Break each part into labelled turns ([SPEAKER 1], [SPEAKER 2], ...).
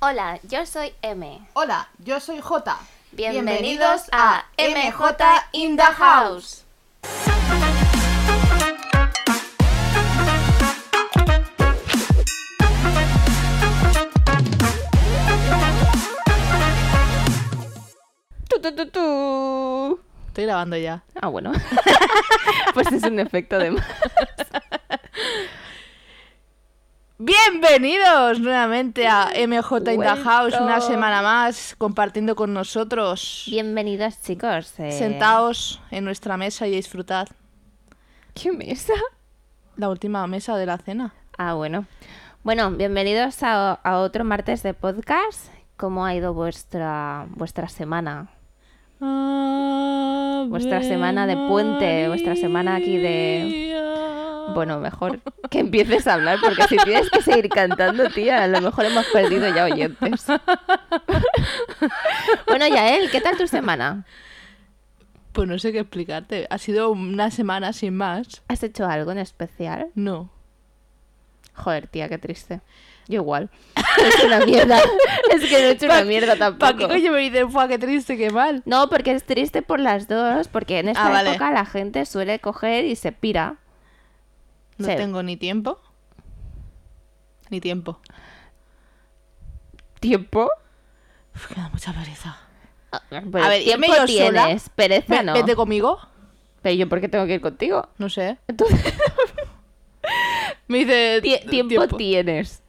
[SPEAKER 1] Hola, yo soy M.
[SPEAKER 2] Hola, yo soy J.
[SPEAKER 1] Bienvenidos a MJ in the House. Tu, tu, tu, tu.
[SPEAKER 2] Estoy grabando ya.
[SPEAKER 1] Ah, bueno. pues es un efecto de... más.
[SPEAKER 2] Bienvenidos nuevamente a MJ in the
[SPEAKER 1] Welcome.
[SPEAKER 2] House, una semana más compartiendo con nosotros.
[SPEAKER 1] Bienvenidos, chicos. eh.
[SPEAKER 2] Sentaos en nuestra mesa y disfrutad
[SPEAKER 1] ¿Qué mesa?
[SPEAKER 2] la última mesa de la cena.
[SPEAKER 1] Ah, bueno. Bueno, bienvenidos a, a otro martes de podcast. ¿Cómo ha ido vuestra vuestra semana? Vuestra semana de puente, vuestra semana aquí de- Bueno, mejor que empieces a hablar porque si tienes que seguir cantando, tía, a lo mejor hemos perdido ya oyentes. bueno, Yael, ¿qué tal tu semana?
[SPEAKER 2] Pues no sé qué explicarte. Ha sido una semana sin más.
[SPEAKER 1] ¿Has hecho algo en especial?
[SPEAKER 2] No.
[SPEAKER 1] Joder, tía, qué triste. Yo igual. Es una mierda. Es que no he hecho una
[SPEAKER 2] Pa-
[SPEAKER 1] mierda
[SPEAKER 2] ¿Para
[SPEAKER 1] tampoco.
[SPEAKER 2] qué coño me dicen, "Fua, qué triste, qué mal?
[SPEAKER 1] No, porque es triste por las dos, porque en esta
[SPEAKER 2] Ah, vale.
[SPEAKER 1] época la gente suele coger y se pira.
[SPEAKER 2] No
[SPEAKER 1] Sí.
[SPEAKER 2] tengo ni tiempo. Ni tiempo.
[SPEAKER 1] ¿Tiempo?
[SPEAKER 2] Uf, queda mucha pereza.
[SPEAKER 1] a ver,
[SPEAKER 2] ver,
[SPEAKER 1] tiempo
[SPEAKER 2] ¿irme yo sola?
[SPEAKER 1] tienes, pereza
[SPEAKER 2] Ve-
[SPEAKER 1] no.
[SPEAKER 2] ¿Vete conmigo?
[SPEAKER 1] Pero yo, ¿por qué tengo que ir contigo?
[SPEAKER 2] No sé.
[SPEAKER 1] Entonces,
[SPEAKER 2] Me dice... eh,
[SPEAKER 1] ti- tiempo, tienes.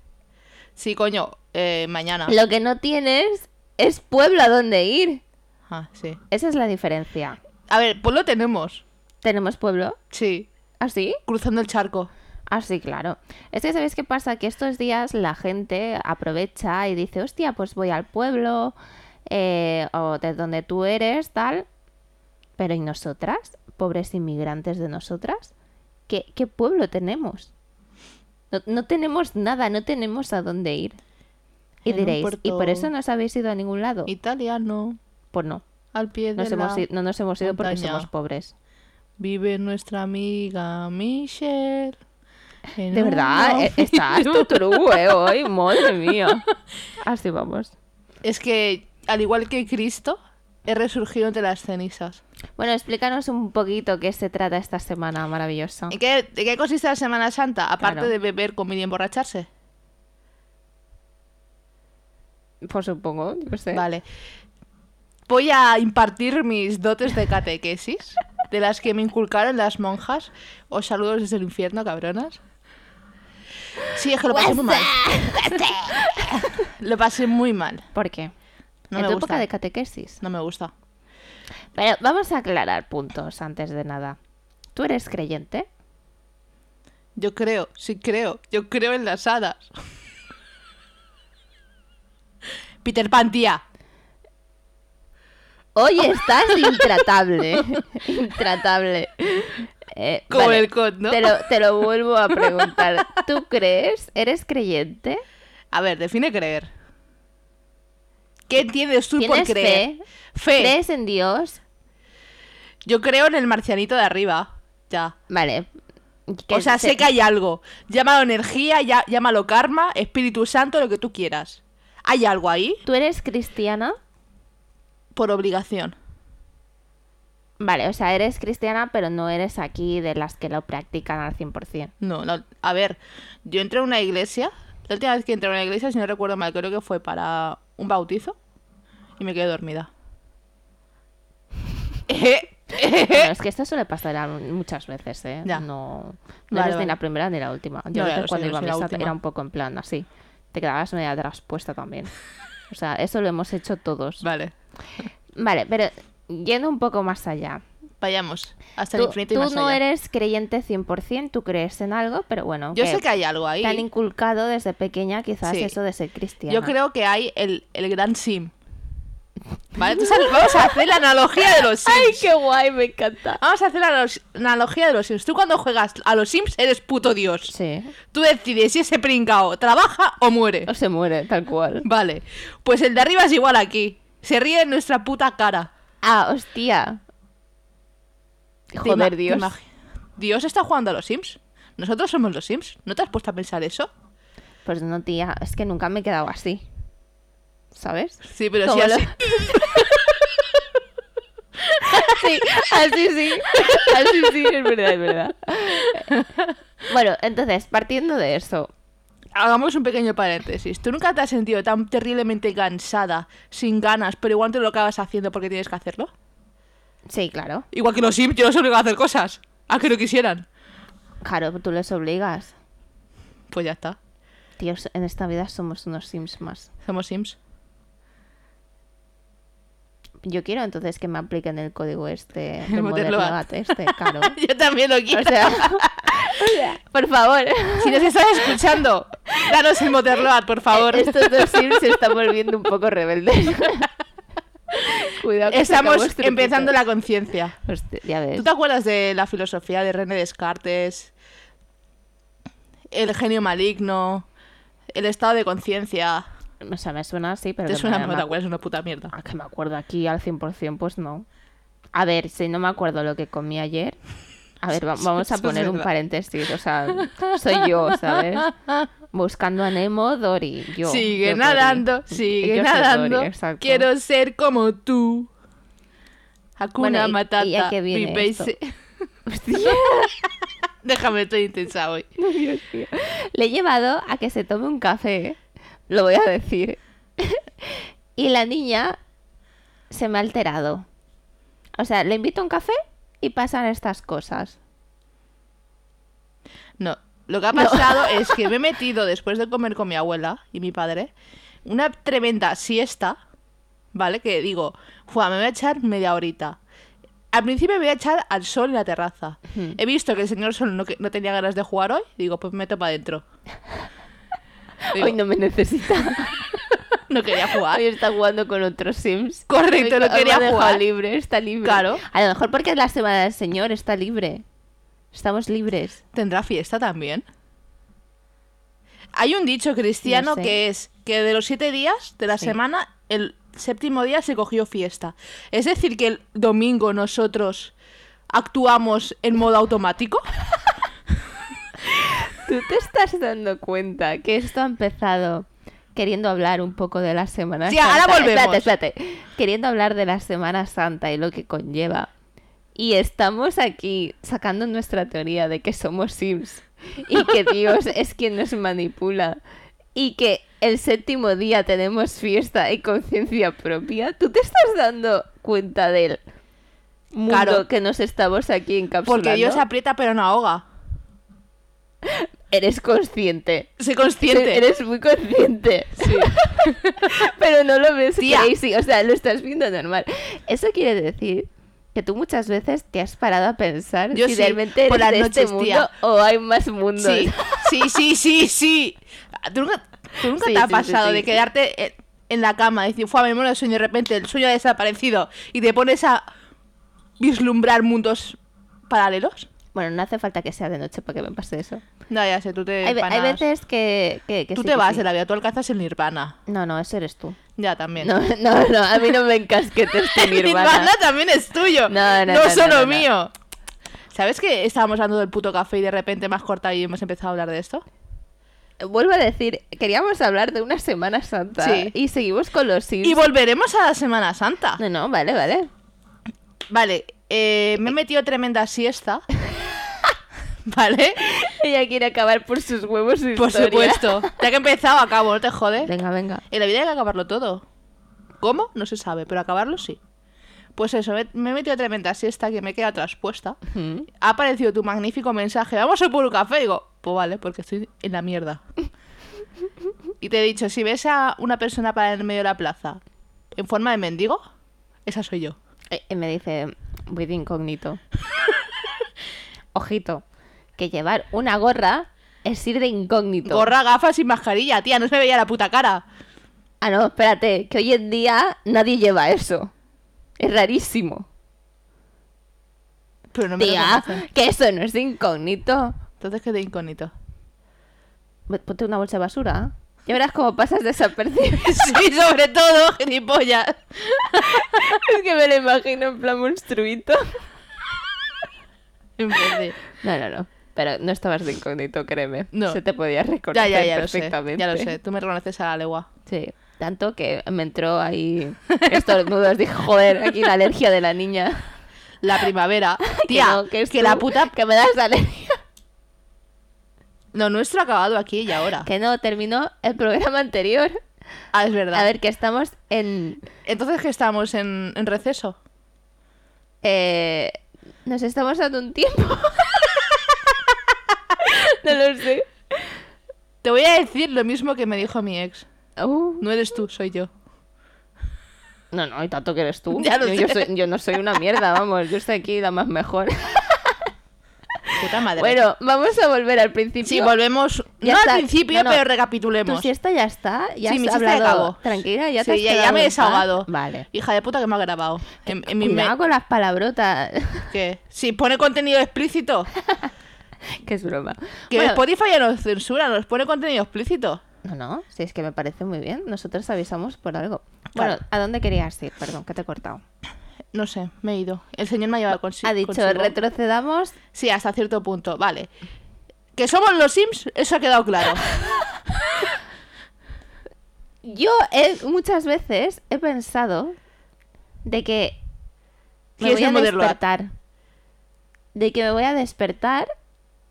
[SPEAKER 2] Sí, coño. eh, mañana.
[SPEAKER 1] Lo que no tienes es pueblo a donde ir.
[SPEAKER 2] Ah, sí.
[SPEAKER 1] Esa es la diferencia.
[SPEAKER 2] A ver, pues lo tenemos.
[SPEAKER 1] ¿Tenemos pueblo? ¿Ah,
[SPEAKER 2] Sí.
[SPEAKER 1] ¿Así?
[SPEAKER 2] Cruzando el charco.
[SPEAKER 1] Ah, sí, claro. Es que sabéis qué pasa, que estos días la gente aprovecha y dice, hostia, pues voy al pueblo eh, o de donde tú eres, tal. Pero ¿y nosotras? Pobres inmigrantes de nosotras. ¿Qué, qué pueblo tenemos? No, no tenemos nada, no tenemos a dónde ir. Y
[SPEAKER 2] En un
[SPEAKER 1] diréis, ¿y por
[SPEAKER 2] puerto-
[SPEAKER 1] eso no os habéis ido a ningún lado?
[SPEAKER 2] Italiano.
[SPEAKER 1] Pues no,
[SPEAKER 2] Al pie de
[SPEAKER 1] nos
[SPEAKER 2] la...
[SPEAKER 1] hemos i- no nos hemos ido porque
[SPEAKER 2] montaña.
[SPEAKER 1] somos pobres.
[SPEAKER 2] Vive nuestra amiga Michelle. en
[SPEAKER 1] De
[SPEAKER 2] un
[SPEAKER 1] verdad, eh,
[SPEAKER 2] outfit
[SPEAKER 1] estás
[SPEAKER 2] de-
[SPEAKER 1] tuturú, eh, hoy, madre mía. Así vamos.
[SPEAKER 2] Es que, al igual que Cristo, he resurgido entre las cenizas.
[SPEAKER 1] Bueno, explícanos un poquito qué se trata esta semana maravillosa.
[SPEAKER 2] ¿En qué, de qué consiste la Semana Santa? Aparte
[SPEAKER 1] Ah. Claro.
[SPEAKER 2] de beber, comer y emborracharse.
[SPEAKER 1] Por Pues supongo, yo qué sé.
[SPEAKER 2] Vale. Voy a impartir mis dotes de catequesis, de las que me inculcaron las monjas. Os saludos desde el infierno, cabronas. Sí, es que lo pasé muy mal. Lo pasé muy mal.
[SPEAKER 1] ¿Por qué?
[SPEAKER 2] No
[SPEAKER 1] en
[SPEAKER 2] me
[SPEAKER 1] tu
[SPEAKER 2] gusta.
[SPEAKER 1] época de catequesis.
[SPEAKER 2] No me gusta.
[SPEAKER 1] Pero vamos a aclarar puntos antes de nada. ¿Tú eres creyente?
[SPEAKER 2] Yo creo, sí creo. Yo creo en las hadas. Peter Pan, tía.
[SPEAKER 1] Hoy estás intratable. intratable. Eh,
[SPEAKER 2] Como
[SPEAKER 1] vale,
[SPEAKER 2] el cod, ¿no?
[SPEAKER 1] Te lo, te lo vuelvo a preguntar. ¿Tú crees? ¿Eres creyente?
[SPEAKER 2] A ver, define creer. ¿Qué entiendes tú por
[SPEAKER 1] ¿Tienes
[SPEAKER 2] creer?
[SPEAKER 1] fe?
[SPEAKER 2] Fe.
[SPEAKER 1] ¿Crees en Dios?
[SPEAKER 2] Yo creo en el marcianito de arriba. Ya.
[SPEAKER 1] Vale.
[SPEAKER 2] O sea, sé que hay algo. Llámalo energía, ya- llámalo karma, Espíritu Santo, lo que tú quieras. Hay algo ahí
[SPEAKER 1] ¿Tú eres cristiana?
[SPEAKER 2] por obligación.
[SPEAKER 1] Vale, o sea, eres cristiana, pero no eres aquí de las que lo practican al 100%.
[SPEAKER 2] No, la- a ver, yo entré a una iglesia. La última vez que entré a una iglesia, si no recuerdo mal, creo que fue para un bautizo. Y me quedé dormida. Eh,
[SPEAKER 1] Bueno, es que esto suele pasar a- muchas veces, ¿eh?
[SPEAKER 2] Ya.
[SPEAKER 1] No, no
[SPEAKER 2] Vale,
[SPEAKER 1] eres ni
[SPEAKER 2] vale.
[SPEAKER 1] la primera ni la última. Yo
[SPEAKER 2] No,
[SPEAKER 1] a
[SPEAKER 2] ya
[SPEAKER 1] veces
[SPEAKER 2] lo sé,
[SPEAKER 1] cuando iba
[SPEAKER 2] yo
[SPEAKER 1] a
[SPEAKER 2] soy la
[SPEAKER 1] misa
[SPEAKER 2] última.
[SPEAKER 1] era un poco en plan así. Te quedabas media traspuesta también. O sea, eso lo hemos hecho todos. Vale,
[SPEAKER 2] Vale,
[SPEAKER 1] pero yendo un poco más allá.
[SPEAKER 2] vayamos hasta el
[SPEAKER 1] Tú,
[SPEAKER 2] infinito y
[SPEAKER 1] tú
[SPEAKER 2] más
[SPEAKER 1] no
[SPEAKER 2] allá.
[SPEAKER 1] eres creyente 100%, tú crees en algo, pero bueno.
[SPEAKER 2] Yo sé que hay algo ahí.
[SPEAKER 1] Te han inculcado desde pequeña quizás
[SPEAKER 2] Sí.
[SPEAKER 1] eso de ser cristiana.
[SPEAKER 2] Yo creo que hay el, el gran sim. Vale, entonces vamos a hacer la analogía de los sims.
[SPEAKER 1] ¡Ay, qué guay! Me encanta.
[SPEAKER 2] Vamos a hacer la anos- analogía de los Sims. Tú cuando juegas a los Sims eres puto dios.
[SPEAKER 1] Sí.
[SPEAKER 2] Tú decides si ese pringao trabaja o muere.
[SPEAKER 1] O se muere, tal cual.
[SPEAKER 2] Vale. Pues el de arriba es igual aquí. Se ríe en nuestra puta cara.
[SPEAKER 1] Ah, hostia.
[SPEAKER 2] Te ima-
[SPEAKER 1] Joder,
[SPEAKER 2] te
[SPEAKER 1] Dios.
[SPEAKER 2] imag- Dios está jugando a los Sims. Nosotros somos los Sims. ¿No te has puesto a pensar eso?
[SPEAKER 1] Pues no, tía, es que nunca me he quedado así. ¿sabes?
[SPEAKER 2] Sí, pero sí,
[SPEAKER 1] Como lo-
[SPEAKER 2] así.
[SPEAKER 1] Sí, así sí. Así sí, es verdad, es verdad. Bueno, entonces, partiendo de eso,
[SPEAKER 2] Hagamos un pequeño paréntesis. ¿Tú nunca te has sentido tan terriblemente cansada, sin ganas, pero igual te lo acabas haciendo porque tienes que hacerlo?
[SPEAKER 1] sí, claro.
[SPEAKER 2] Igual que los Sims, yo los obligo a hacer cosas, a que no quisieran.
[SPEAKER 1] Claro, tú les obligas.
[SPEAKER 2] Pues ya está,
[SPEAKER 1] Tíos, en esta vida somos unos sims más.
[SPEAKER 2] somos Sims.
[SPEAKER 1] Yo quiero entonces que me apliquen el código este,
[SPEAKER 2] El
[SPEAKER 1] el
[SPEAKER 2] Modern
[SPEAKER 1] Moderlogat este, claro.
[SPEAKER 2] yo también lo quiero.
[SPEAKER 1] O sea, por favor.
[SPEAKER 2] Si nos estás escuchando, danos el Motherload, por favor.
[SPEAKER 1] Estos dos sims se están volviendo un poco rebeldes. Cuidado que
[SPEAKER 2] Estamos
[SPEAKER 1] sacamos truquitos.
[SPEAKER 2] empezando la conciencia.
[SPEAKER 1] Hostia, Pues, ya ves.
[SPEAKER 2] ¿Tú te acuerdas de la filosofía de René Descartes? El genio maligno, el estado de conciencia.
[SPEAKER 1] O sea, me suena así, pero...
[SPEAKER 2] Te
[SPEAKER 1] que
[SPEAKER 2] suena,
[SPEAKER 1] me-
[SPEAKER 2] no
[SPEAKER 1] me
[SPEAKER 2] te acuerdas, es una puta mierda.
[SPEAKER 1] Ah, que me acuerdo aquí al 100%, pues no. A ver, si no me acuerdo lo que comí ayer. A ver, va- vamos a
[SPEAKER 2] Eso es
[SPEAKER 1] poner un
[SPEAKER 2] verdad.
[SPEAKER 1] paréntesis. O sea, soy yo, ¿sabes? Buscando a Nemo, Dory. Yo.
[SPEAKER 2] sigue
[SPEAKER 1] yo, Dory.
[SPEAKER 2] nadando,
[SPEAKER 1] Yo
[SPEAKER 2] sigue
[SPEAKER 1] soy
[SPEAKER 2] nadando.
[SPEAKER 1] Dory, exacto.
[SPEAKER 2] Quiero ser como tú. Hakuna
[SPEAKER 1] Bueno, ¿y-
[SPEAKER 2] Matata.
[SPEAKER 1] y a qué viene
[SPEAKER 2] vive y
[SPEAKER 1] esto?
[SPEAKER 2] se- Déjame, estoy intensa hoy.
[SPEAKER 1] Dios mío. Le he llevado a que se tome un café. Lo voy a decir. y la niña se me ha alterado. O sea, le invito a un café y pasan estas cosas.
[SPEAKER 2] No, lo que ha pasado es que me he metido después de comer con mi abuela y mi padre una tremenda siesta, ¿vale? Que digo, "Fua, me voy a echar media horita. Al principio me voy a echar al sol en la terraza. He visto que el señor sol no, que- no tenía ganas de jugar hoy, digo, pues me meto para adentro. Digo,
[SPEAKER 1] Hoy no me necesita.
[SPEAKER 2] no quería jugar.
[SPEAKER 1] Hoy está jugando con otros Sims.
[SPEAKER 2] Correcto,
[SPEAKER 1] Hoy-
[SPEAKER 2] lo
[SPEAKER 1] hoy me
[SPEAKER 2] quería
[SPEAKER 1] ha dejado
[SPEAKER 2] jugar.
[SPEAKER 1] libre, está libre.
[SPEAKER 2] Claro.
[SPEAKER 1] A lo mejor porque es la semana del Señor, está libre. Estamos libres.
[SPEAKER 2] ¿Tendrá fiesta también? Hay un dicho cristiano
[SPEAKER 1] No sé.
[SPEAKER 2] que es que de los siete días de la
[SPEAKER 1] Sí.
[SPEAKER 2] semana, el séptimo día se cogió fiesta. Es decir, que el domingo nosotros actuamos en modo automático.
[SPEAKER 1] ¿Tú te estás dando cuenta que esto ha empezado queriendo hablar un poco de la Semana
[SPEAKER 2] Sí,
[SPEAKER 1] Santa?
[SPEAKER 2] ahora volvemos.
[SPEAKER 1] Espérate, espérate. Queriendo hablar de la Semana Santa y lo que conlleva. Y estamos aquí sacando nuestra teoría de que somos Sims y que Dios es quien nos manipula y que el séptimo día tenemos fiesta y conciencia propia. ¿Tú te estás dando cuenta del mundo
[SPEAKER 2] Claro.
[SPEAKER 1] que nos estamos aquí encapsulando?
[SPEAKER 2] Porque Dios aprieta pero no ahoga.
[SPEAKER 1] Eres consciente.
[SPEAKER 2] Sé consciente.
[SPEAKER 1] Eres muy consciente.
[SPEAKER 2] Sí.
[SPEAKER 1] Pero no lo ves
[SPEAKER 2] Tía.
[SPEAKER 1] crazy, o sea, lo estás viendo normal. Eso quiere decir que tú muchas veces te has parado a pensar
[SPEAKER 2] Yo
[SPEAKER 1] si
[SPEAKER 2] sí,
[SPEAKER 1] realmente eres
[SPEAKER 2] por las
[SPEAKER 1] de este
[SPEAKER 2] noches,
[SPEAKER 1] mundo
[SPEAKER 2] tía.
[SPEAKER 1] o hay más mundos.
[SPEAKER 2] Sí, sí, sí, sí, sí. ¿Tú nunca, tú nunca
[SPEAKER 1] Sí,
[SPEAKER 2] te
[SPEAKER 1] sí,
[SPEAKER 2] ha
[SPEAKER 1] sí,
[SPEAKER 2] pasado
[SPEAKER 1] sí.
[SPEAKER 2] de quedarte en, en la cama, decir, fue a memoria del sueño y de repente el sueño ha desaparecido y te pones a vislumbrar mundos paralelos?
[SPEAKER 1] Bueno, no hace falta que sea de noche para que me pase eso.
[SPEAKER 2] No, ya sé, tú te
[SPEAKER 1] Hay, ve- hay
[SPEAKER 2] empanas.
[SPEAKER 1] veces que, que- que
[SPEAKER 2] Eh, Tú
[SPEAKER 1] sí,
[SPEAKER 2] te
[SPEAKER 1] que
[SPEAKER 2] vas
[SPEAKER 1] sí.
[SPEAKER 2] de la vida, tú alcanzas el nirvana.
[SPEAKER 1] No, no, eso eres tú.
[SPEAKER 2] Ya también.
[SPEAKER 1] No, no, no, a mí no me encasquetes tu
[SPEAKER 2] el nirvana.
[SPEAKER 1] nirvana.
[SPEAKER 2] también es tuyo.
[SPEAKER 1] No, no, no,
[SPEAKER 2] solo
[SPEAKER 1] no, no.
[SPEAKER 2] mío. ¿Sabes que estábamos hablando del puto café y de repente me has cortado y hemos empezado a hablar de esto?
[SPEAKER 1] Vuelvo a decir, queríamos hablar de una Semana Santa
[SPEAKER 2] Sí.
[SPEAKER 1] y seguimos con los Sims.
[SPEAKER 2] Y volveremos a la Semana Santa.
[SPEAKER 1] No, no, vale, vale.
[SPEAKER 2] Vale, eh, me he metido tremenda siesta. ¿Vale?
[SPEAKER 1] Ella quiere acabar por sus huevos su
[SPEAKER 2] Por
[SPEAKER 1] historia.
[SPEAKER 2] supuesto. Ya que he empezado, acabo, no te jode.
[SPEAKER 1] Venga, venga.
[SPEAKER 2] En la vida hay que acabarlo todo. ¿Cómo? No se sabe, pero acabarlo sí. Pues eso, me, me he metido tremenda siesta que me queda traspuesta.
[SPEAKER 1] Ujú.
[SPEAKER 2] Ha aparecido tu magnífico mensaje, vamos a por un café. digo, pues vale, porque estoy en la mierda. Y te he dicho, si ves a una persona para en medio de la plaza en forma de mendigo, esa soy yo.
[SPEAKER 1] Eh, Y me dice, voy de incógnito. Ojito, que llevar una gorra es ir de incógnito.
[SPEAKER 2] Gorra, gafas y mascarilla, tía, no se me veía la puta cara.
[SPEAKER 1] Ah, no, espérate, que hoy en día nadie lleva eso. Es rarísimo.
[SPEAKER 2] Pero no me
[SPEAKER 1] Tía,
[SPEAKER 2] reconocen.
[SPEAKER 1] que eso no es de incógnito.
[SPEAKER 2] Entonces quedé incógnito.
[SPEAKER 1] Ve- Ponte una bolsa de basura. ¿eh? Ya verás cómo pasas desapercibido.
[SPEAKER 2] Sí, sobre todo, gilipollas.
[SPEAKER 1] es que me lo imagino en plan monstruito.
[SPEAKER 2] En fin, sí.
[SPEAKER 1] No, no, no. Pero no estabas de incógnito, créeme.
[SPEAKER 2] No.
[SPEAKER 1] Se te podía
[SPEAKER 2] Ya,
[SPEAKER 1] reconocer
[SPEAKER 2] ya, ya lo sé.
[SPEAKER 1] este perfectamente.
[SPEAKER 2] Ya lo sé, tú me reconoces a la legua.
[SPEAKER 1] Sí. Tanto que me entró ahí estornudos. Dije, joder, aquí la alergia de la niña.
[SPEAKER 2] La primavera. Tía, que,
[SPEAKER 1] no, es tú,
[SPEAKER 2] la puta.
[SPEAKER 1] Que me das alergia.
[SPEAKER 2] Lo nuestro ha acabado aquí y ahora.
[SPEAKER 1] Que no, terminó el programa anterior.
[SPEAKER 2] Ah, es verdad.
[SPEAKER 1] A ver, que estamos en...
[SPEAKER 2] Entonces, ¿qué estamos? ¿En, en receso?
[SPEAKER 1] Eh, nos estamos dando un tiempo. no lo sé.
[SPEAKER 2] Te voy a decir lo mismo que me dijo mi ex.
[SPEAKER 1] Uh,
[SPEAKER 2] No eres tú, soy yo.
[SPEAKER 1] no, no, y tanto que eres tú.
[SPEAKER 2] Ya lo
[SPEAKER 1] yo, yo
[SPEAKER 2] sé.
[SPEAKER 1] soy- yo no soy una mierda, vamos. Yo estoy aquí la más mejor.
[SPEAKER 2] Puta madre.
[SPEAKER 1] Bueno, vamos a volver al principio.
[SPEAKER 2] sí, volvemos.
[SPEAKER 1] Ya
[SPEAKER 2] no
[SPEAKER 1] está.
[SPEAKER 2] al principio,
[SPEAKER 1] No, no.
[SPEAKER 2] pero
[SPEAKER 1] Tu
[SPEAKER 2] recapitulemos.
[SPEAKER 1] siesta ya está, ya
[SPEAKER 2] sí,
[SPEAKER 1] has
[SPEAKER 2] mi chiste
[SPEAKER 1] hablado.
[SPEAKER 2] acabó.
[SPEAKER 1] Tranquila, ya te
[SPEAKER 2] Sí,
[SPEAKER 1] has
[SPEAKER 2] ya, ya
[SPEAKER 1] quedado
[SPEAKER 2] me he
[SPEAKER 1] en paz.
[SPEAKER 2] desahogado.
[SPEAKER 1] Vale.
[SPEAKER 2] Hija de puta que me ha grabado. En, en mi
[SPEAKER 1] Cuidado
[SPEAKER 2] me...
[SPEAKER 1] con las palabrotas,
[SPEAKER 2] ¿Qué? Sí, pone contenido explícito.
[SPEAKER 1] que es broma.
[SPEAKER 2] Que
[SPEAKER 1] Bueno,
[SPEAKER 2] Spotify ya nos censura, nos pone contenido explícito.
[SPEAKER 1] No, no, si es que me parece muy bien. Nosotros avisamos por algo.
[SPEAKER 2] Claro.
[SPEAKER 1] Bueno, ¿a dónde querías ir? Perdón, que te he cortado.
[SPEAKER 2] No sé, me he ido. El señor me ha llevado consi-
[SPEAKER 1] ha dicho,
[SPEAKER 2] consigo.
[SPEAKER 1] retrocedamos.
[SPEAKER 2] Sí, hasta cierto punto. Vale. Que somos los Sims, eso ha quedado claro.
[SPEAKER 1] Yo he- muchas veces he pensado de que me
[SPEAKER 2] Quieres
[SPEAKER 1] voy a
[SPEAKER 2] demolerlo.
[SPEAKER 1] despertar. De que me voy a despertar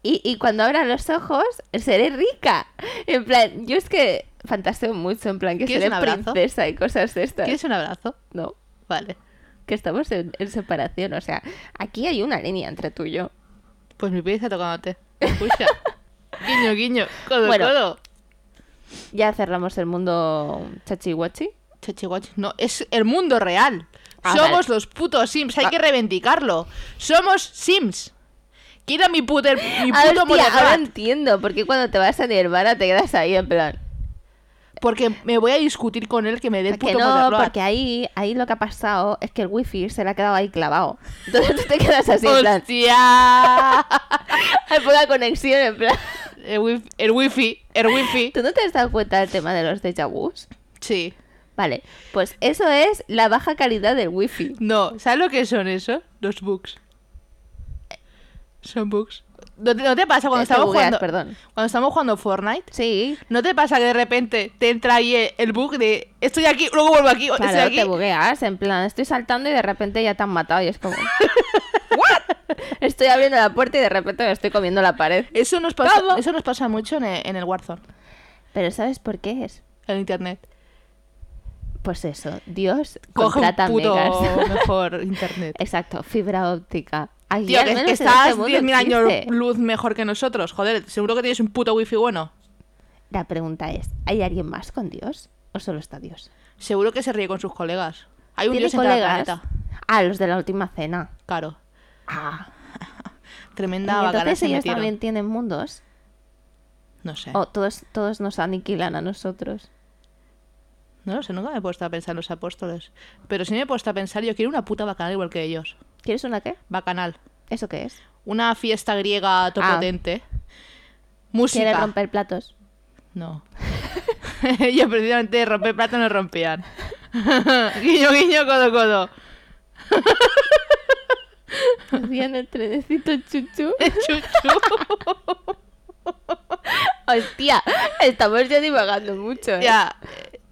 [SPEAKER 1] y, y cuando abra los ojos seré rica. En plan, yo es que fantaseo mucho, en plan, que
[SPEAKER 2] ¿Quieres
[SPEAKER 1] seré
[SPEAKER 2] un abrazo?
[SPEAKER 1] princesa y cosas de estas.
[SPEAKER 2] ¿Quieres un abrazo?
[SPEAKER 1] No,
[SPEAKER 2] Vale.
[SPEAKER 1] que estamos en, en separación, o sea, aquí hay una línea entre tú y yo.
[SPEAKER 2] Pues mi pie está tocándote. Escucha. guiño, guiño. Codo,
[SPEAKER 1] Bueno.
[SPEAKER 2] codo.
[SPEAKER 1] Ya cerramos el mundo chachihuachi.
[SPEAKER 2] Cheche guache. No, es el mundo real.
[SPEAKER 1] Ah,
[SPEAKER 2] Somos los putos Sims, hay que reivindicarlo. Somos Sims. Quiero mi, puter, mi
[SPEAKER 1] Ah, hostia,
[SPEAKER 2] puto
[SPEAKER 1] ahora
[SPEAKER 2] moderador.
[SPEAKER 1] entiendo por qué cuando te vas a Nirvana te quedas ahí en plan...
[SPEAKER 2] Porque me voy a discutir con él que me dé el
[SPEAKER 1] Que
[SPEAKER 2] puto
[SPEAKER 1] no,
[SPEAKER 2] moderador.
[SPEAKER 1] porque ahí, ahí lo que ha pasado es que el wifi se le ha quedado ahí clavado. Entonces tú te quedas así, en plan,
[SPEAKER 2] ¡Hostia!
[SPEAKER 1] hay poca conexión, en plan.
[SPEAKER 2] El wifi, el wifi, el wifi.
[SPEAKER 1] ¿Tú no te has dado cuenta del tema de los déjà vus?
[SPEAKER 2] Sí.
[SPEAKER 1] Vale, pues eso es la baja calidad del wifi.
[SPEAKER 2] No, ¿sabes lo que son eso? Los bugs. Son bugs. ¿No te, no te pasa cuando
[SPEAKER 1] Eh, te
[SPEAKER 2] estamos
[SPEAKER 1] bugueas,
[SPEAKER 2] jugando
[SPEAKER 1] perdón.
[SPEAKER 2] cuando estamos jugando Fortnite?
[SPEAKER 1] Sí,
[SPEAKER 2] ¿No te pasa que de repente te entra ahí el, el bug de estoy aquí, luego vuelvo aquí, estoy
[SPEAKER 1] claro,
[SPEAKER 2] aquí?
[SPEAKER 1] te bugueas, en plan, estoy saltando y de repente ya te han matado y es como... ¿What? Estoy abriendo la puerta y de repente me estoy comiendo la pared.
[SPEAKER 2] Eso nos pasa,
[SPEAKER 1] ¿Cómo?
[SPEAKER 2] eso nos pasa mucho en el, en el Warzone,
[SPEAKER 1] Pero ¿sabes por qué es?
[SPEAKER 2] en internet.
[SPEAKER 1] Pues eso, Dios
[SPEAKER 2] Coge un
[SPEAKER 1] contrata
[SPEAKER 2] puto
[SPEAKER 1] megas.
[SPEAKER 2] mejor internet.
[SPEAKER 1] Exacto, fibra óptica. Aquí
[SPEAKER 2] Tío,
[SPEAKER 1] al
[SPEAKER 2] que,
[SPEAKER 1] menos
[SPEAKER 2] que
[SPEAKER 1] en este
[SPEAKER 2] estás
[SPEAKER 1] mundo
[SPEAKER 2] 10.000 años
[SPEAKER 1] existe.
[SPEAKER 2] luz mejor que nosotros. Joder, seguro que tienes un puto wifi bueno.
[SPEAKER 1] La pregunta es, ¿hay alguien más con Dios o solo está Dios?
[SPEAKER 2] Seguro que se ríe con sus colegas. Hay un
[SPEAKER 1] ¿Tiene
[SPEAKER 2] dios en cada
[SPEAKER 1] colegas?
[SPEAKER 2] planeta.
[SPEAKER 1] Ah, los de la última cena.
[SPEAKER 2] Claro.
[SPEAKER 1] Ah,
[SPEAKER 2] Tremenda
[SPEAKER 1] y
[SPEAKER 2] bacana
[SPEAKER 1] entonces
[SPEAKER 2] se
[SPEAKER 1] ellos
[SPEAKER 2] metieron.
[SPEAKER 1] también tienen mundos.
[SPEAKER 2] No sé.
[SPEAKER 1] O todos, todos nos aniquilan a nosotros.
[SPEAKER 2] No lo sé, nunca me he puesto a pensar en los apóstoles. Pero sí me he puesto a pensar, yo quiero una puta bacanal igual que ellos.
[SPEAKER 1] ¿Quieres una qué?
[SPEAKER 2] Bacanal.
[SPEAKER 1] ¿Eso qué es?
[SPEAKER 2] Una fiesta griega topotente. Música.
[SPEAKER 1] ¿Quieres Ah. romper platos?
[SPEAKER 2] No. Ellos precisamente romper plato no rompían. guiño, guiño, codo, codo.
[SPEAKER 1] Hacían el trenecito chuchu.
[SPEAKER 2] Chuchu.
[SPEAKER 1] Hostia, estamos ya divagando mucho. ¿eh?
[SPEAKER 2] ya.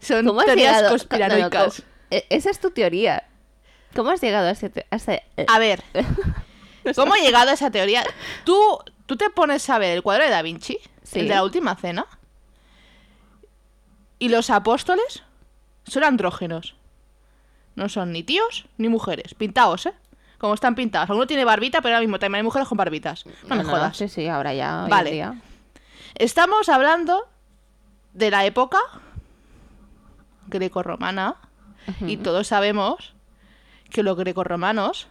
[SPEAKER 2] Son
[SPEAKER 1] ¿Cómo has
[SPEAKER 2] teorías
[SPEAKER 1] llegado? No, no,
[SPEAKER 2] conspiranoicas.
[SPEAKER 1] ¿cómo- e- Esa es tu teoría. ¿Cómo has llegado a ese... te- a ese-
[SPEAKER 2] A ver, ¿cómo he llegado a esa teoría? Tú, tú te pones a ver el cuadro de Da Vinci,
[SPEAKER 1] Sí.
[SPEAKER 2] el de la última cena, y los apóstoles son andrógenos. No son ni tíos ni mujeres, pintados, ¿eh? Como están pintados. Alguno tiene barbita, pero ahora mismo también hay mujeres con barbitas. No, me jodas.
[SPEAKER 1] Sí, sí, ahora ya. hoy en
[SPEAKER 2] Vale.
[SPEAKER 1] día.
[SPEAKER 2] Estamos hablando de la época grecorromana y todos sabemos que los grecorromanos,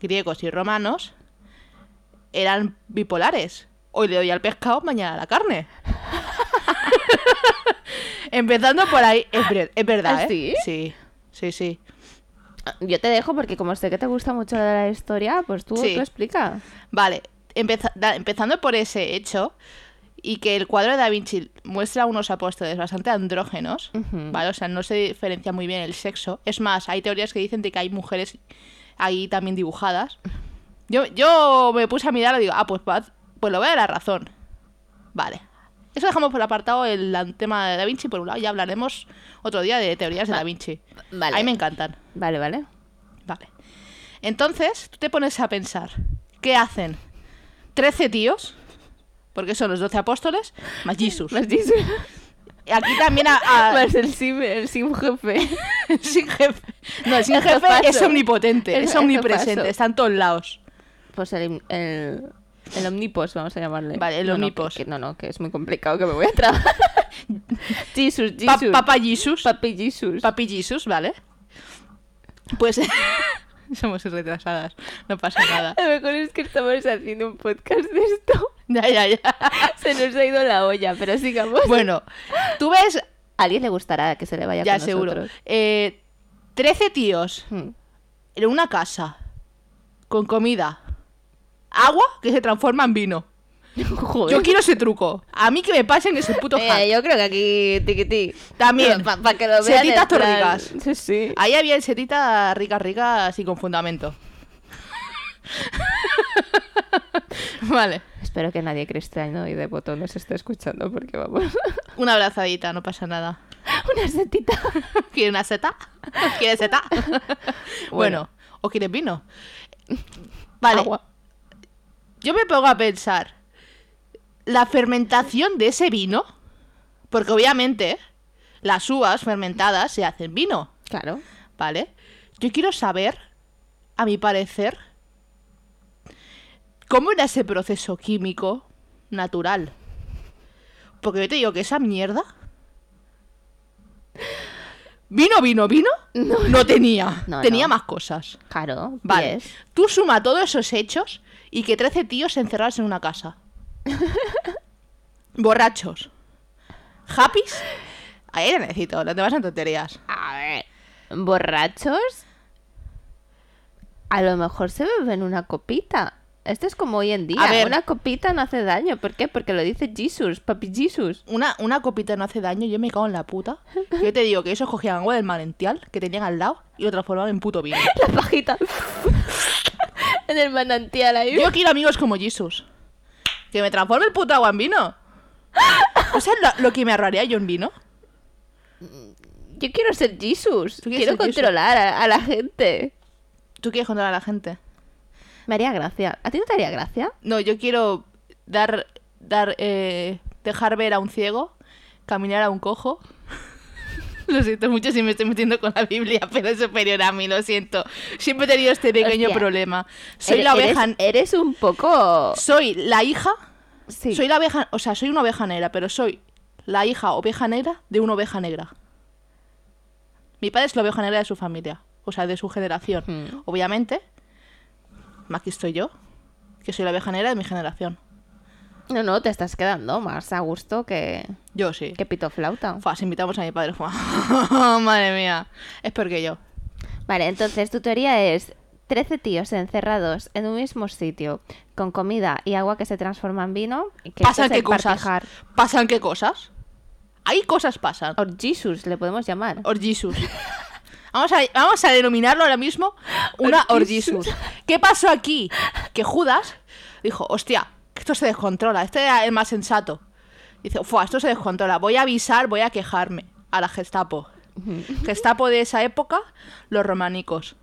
[SPEAKER 2] griegos y romanos, eran bipolares. Hoy le doy al pescado, mañana a la carne. Empezando por ahí, es, ver- es verdad,
[SPEAKER 1] ¿Ah,
[SPEAKER 2] ¿eh?
[SPEAKER 1] sí?
[SPEAKER 2] Sí, sí, sí.
[SPEAKER 1] Yo te dejo porque como sé que te gusta mucho lo de la historia, pues tú,
[SPEAKER 2] Sí.
[SPEAKER 1] tú explica.
[SPEAKER 2] Vale, empeza- da- empezando por ese hecho y que el cuadro de Da Vinci muestra unos apóstoles bastante andrógenos,
[SPEAKER 1] Ujú.
[SPEAKER 2] Mm. ¿vale? O sea, no se diferencia muy bien el sexo. Es más, hay teorías que dicen de que hay mujeres ahí también dibujadas. Yo, yo me puse a mirar y digo, ah, pues, va- pues lo voy a dar la razón. Vale. Eso dejamos por apartado el an- tema de Da Vinci por un lado. Ya hablaremos otro día de teorías de Da Vinci.
[SPEAKER 1] vale.
[SPEAKER 2] A mí me encantan.
[SPEAKER 1] Vale, vale.
[SPEAKER 2] Vale. Entonces, tú te pones a pensar, ¿qué hacen? Trece tíos, porque son los doce apóstoles, más Jesús.
[SPEAKER 1] Más Jesus.
[SPEAKER 2] Aquí también a...
[SPEAKER 1] Más
[SPEAKER 2] a-
[SPEAKER 1] Pues el sim, el sim jefe.
[SPEAKER 2] sin jefe. No, el sin
[SPEAKER 1] El
[SPEAKER 2] jefe
[SPEAKER 1] jefazo.
[SPEAKER 2] es omnipotente,
[SPEAKER 1] El
[SPEAKER 2] es omnipresente,
[SPEAKER 1] jefazo.
[SPEAKER 2] está en todos lados.
[SPEAKER 1] Pues el, el, el omnipos, vamos a llamarle.
[SPEAKER 2] Vale, el
[SPEAKER 1] No, no,
[SPEAKER 2] omnipos.
[SPEAKER 1] que- que- No, no, que es muy complicado que me voy a trabar. Jesus,
[SPEAKER 2] Pa-
[SPEAKER 1] Jesus.
[SPEAKER 2] Papa Jesús.
[SPEAKER 1] Papi Jesus.
[SPEAKER 2] Papi Jesús, ¿vale? Pues... Somos retrasadas, no pasa nada.
[SPEAKER 1] Lo mejor es que estamos haciendo un podcast de esto.
[SPEAKER 2] Ya, ya, ya.
[SPEAKER 1] Se nos ha ido la olla, pero sigamos.
[SPEAKER 2] Bueno, tú ves...
[SPEAKER 1] A alguien le gustará que se le vaya
[SPEAKER 2] Ya,
[SPEAKER 1] con
[SPEAKER 2] seguro.
[SPEAKER 1] nosotros.
[SPEAKER 2] Eh, Trece tíos.
[SPEAKER 1] Hmm.
[SPEAKER 2] en una casa con comida, agua que se transforma en vino.
[SPEAKER 1] Joder.
[SPEAKER 2] Yo quiero ese truco. A mí que me pasen ese puto
[SPEAKER 1] Eh,
[SPEAKER 2] hack.
[SPEAKER 1] yo creo que aquí tiquití.
[SPEAKER 2] También.
[SPEAKER 1] Para que lo vean.
[SPEAKER 2] Setitas
[SPEAKER 1] en plan-
[SPEAKER 2] torricas.
[SPEAKER 1] Sí, sí.
[SPEAKER 2] Ahí había el setita rica, rica, y con fundamento. vale.
[SPEAKER 1] Espero que nadie cristiano y de botón nos esté escuchando porque vamos.
[SPEAKER 2] Una abrazadita, no pasa nada.
[SPEAKER 1] Una setita.
[SPEAKER 2] ¿Quieres una seta? ¿Quieres seta? bueno,
[SPEAKER 1] Bueno.
[SPEAKER 2] ¿o quieres vino? Vale.
[SPEAKER 1] Agua.
[SPEAKER 2] Yo me pongo a pensar, la fermentación de ese vino, porque obviamente las uvas fermentadas se hacen vino,
[SPEAKER 1] Claro.
[SPEAKER 2] ¿vale? Yo quiero saber, a mi parecer, cómo era ese proceso químico natural. Porque yo te digo que esa mierda... Vino, vino, vino. No, tenía.
[SPEAKER 1] No,
[SPEAKER 2] tenía
[SPEAKER 1] no.
[SPEAKER 2] más cosas.
[SPEAKER 1] Claro.
[SPEAKER 2] Vale.
[SPEAKER 1] yes.
[SPEAKER 2] Tú suma todos esos hechos y que 13 tíos se encerrados en una casa. Borrachos. Happys. Ahí te necesito, no te vas a tonterías.
[SPEAKER 1] A ver. ¿Borrachos? A lo mejor se beben una copita. Esto es como hoy en día.
[SPEAKER 2] A ver.
[SPEAKER 1] Una copita no hace daño. ¿Por qué? Porque lo dice Jesus, papi Jesus.
[SPEAKER 2] Una, una copita no hace daño, yo me cago en la puta. Yo te digo que esos cogían agua del manantial que tenían al lado y lo transformaban en puto vino.
[SPEAKER 1] La pajita. en el manantial ahí.
[SPEAKER 2] Yo quiero amigos como Jesus. Que me transforme el puto agua en vino. O sea, lo, lo que me ahorraría yo en vino.
[SPEAKER 1] Yo quiero ser Jesus.
[SPEAKER 2] quieres
[SPEAKER 1] Quiero
[SPEAKER 2] ser Jesus?
[SPEAKER 1] controlar a, a la gente.
[SPEAKER 2] ¿Tú quieres controlar a la gente?
[SPEAKER 1] Me haría gracia. ¿A ti no te haría gracia?
[SPEAKER 2] No, yo quiero dar, dar, eh, dejar ver a un ciego, caminar a un cojo. Lo siento mucho si me estoy metiendo con la Biblia, pero es superior a mí, lo siento. Siempre he tenido este pequeño
[SPEAKER 1] Hostia.
[SPEAKER 2] problema. Soy
[SPEAKER 1] Ere-
[SPEAKER 2] la
[SPEAKER 1] eres-
[SPEAKER 2] oveja.
[SPEAKER 1] Eres, un poco.
[SPEAKER 2] Soy la hija.
[SPEAKER 1] Sí.
[SPEAKER 2] Soy la oveja. O sea, soy una oveja negra, pero soy la hija oveja negra de una oveja negra. Mi padre es la oveja negra de su familia, o sea, de su generación.
[SPEAKER 1] Mm.
[SPEAKER 2] Obviamente, aquí estoy yo, que soy la oveja negra de mi generación.
[SPEAKER 1] No, no, te estás quedando más a gusto que,
[SPEAKER 2] Yo sí.
[SPEAKER 1] que pito flauta.
[SPEAKER 2] Fua, si invitamos a mi padre, fua. Madre mía. Es peor que yo.
[SPEAKER 1] Vale, entonces tu teoría es 13 tíos encerrados en un mismo sitio con comida y agua que se transforma en vino. y que
[SPEAKER 2] ¿Pasan
[SPEAKER 1] esto es
[SPEAKER 2] qué cosas?
[SPEAKER 1] empartijar.
[SPEAKER 2] ¿Pasan qué cosas? Hay cosas pasan.
[SPEAKER 1] O Jesus, le podemos llamar.
[SPEAKER 2] Or Jesus. Vamos a, vamos a denominarlo ahora mismo una
[SPEAKER 1] Or
[SPEAKER 2] Or
[SPEAKER 1] Jesus.
[SPEAKER 2] Jesus. ¿Qué pasó aquí? Que Judas dijo, hostia, esto se descontrola. Este era el más sensato. Dice, fua, esto se descontrola. Voy a avisar, voy a quejarme a la Gestapo. Gestapo de esa época, los romanicos.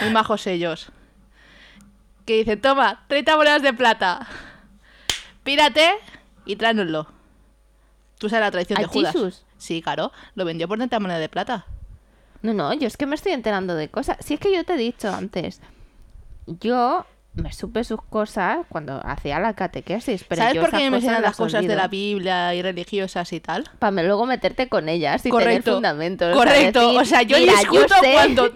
[SPEAKER 2] Muy majos ellos. Que dice, toma, 30 monedas de plata. Pírate y tráenoslo. Tú sabes la traición
[SPEAKER 1] ¿A
[SPEAKER 2] de Judas.
[SPEAKER 1] Jesus?
[SPEAKER 2] Sí, claro. Lo vendió por 30 monedas de plata.
[SPEAKER 1] No, no, yo es que me estoy enterando de cosas. Si es que yo te he dicho antes, yo me supe sus cosas cuando hacía la catequesis. Pero
[SPEAKER 2] ¿Sabes
[SPEAKER 1] yo
[SPEAKER 2] por qué me
[SPEAKER 1] esas
[SPEAKER 2] mencionan las cosas de
[SPEAKER 1] vida?
[SPEAKER 2] la Biblia y religiosas y tal?
[SPEAKER 1] Para luego meterte con ellas y tener fundamentos. o sea,
[SPEAKER 2] correcto.
[SPEAKER 1] decir,
[SPEAKER 2] o sea, yo
[SPEAKER 1] "Mira,
[SPEAKER 2] discuto
[SPEAKER 1] sé-
[SPEAKER 2] cuando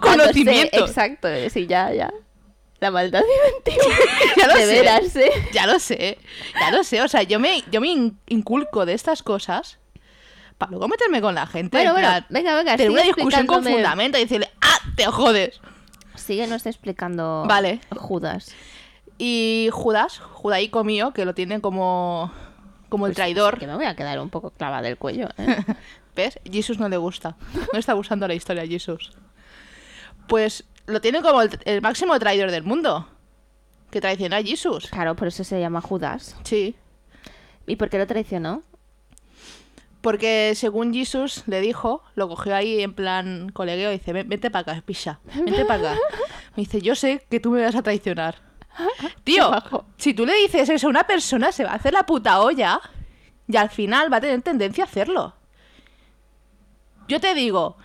[SPEAKER 1] cuando sé".
[SPEAKER 2] conocimiento.
[SPEAKER 1] Exacto, eh, sí, ya, ya. La maldad inventiva.
[SPEAKER 2] ya lo
[SPEAKER 1] de
[SPEAKER 2] sé.
[SPEAKER 1] veras, ¿eh?
[SPEAKER 2] Ya lo sé. Ya lo sé. O sea, yo me, yo me in- inculco de estas cosas para luego meterme con la gente.
[SPEAKER 1] Bueno,
[SPEAKER 2] en
[SPEAKER 1] bueno,
[SPEAKER 2] plan,
[SPEAKER 1] venga, venga,
[SPEAKER 2] Tener
[SPEAKER 1] sigue
[SPEAKER 2] una discusión con
[SPEAKER 1] explicándome.
[SPEAKER 2] fundamento y decirle, ¡ah! ¡Te jodes!
[SPEAKER 1] Sigue, no está explicando
[SPEAKER 2] Vale.
[SPEAKER 1] Judas.
[SPEAKER 2] Y Judas, judaico mío, que lo tienen como, como el
[SPEAKER 1] Pues,
[SPEAKER 2] traidor.
[SPEAKER 1] Que me voy a quedar un poco clava del cuello. ¿eh?
[SPEAKER 2] ¿Ves? Jesús no le gusta. No está gustando la historia Jesús. Pues lo tiene como el, el máximo traidor del mundo. Que traiciona a Jesús.
[SPEAKER 1] Claro, por eso se llama Judas.
[SPEAKER 2] Sí.
[SPEAKER 1] ¿Y por qué lo traicionó?
[SPEAKER 2] Porque según Jesús le dijo, lo cogió ahí en plan colegueo y dice, "Ven- vente para acá, pisa, vente para acá. Me dice, yo sé que tú me vas a traicionar. Tío,
[SPEAKER 1] bajo.
[SPEAKER 2] si tú le dices eso a una persona, se va a hacer la puta olla y al final va a tener tendencia a hacerlo. Yo te digo,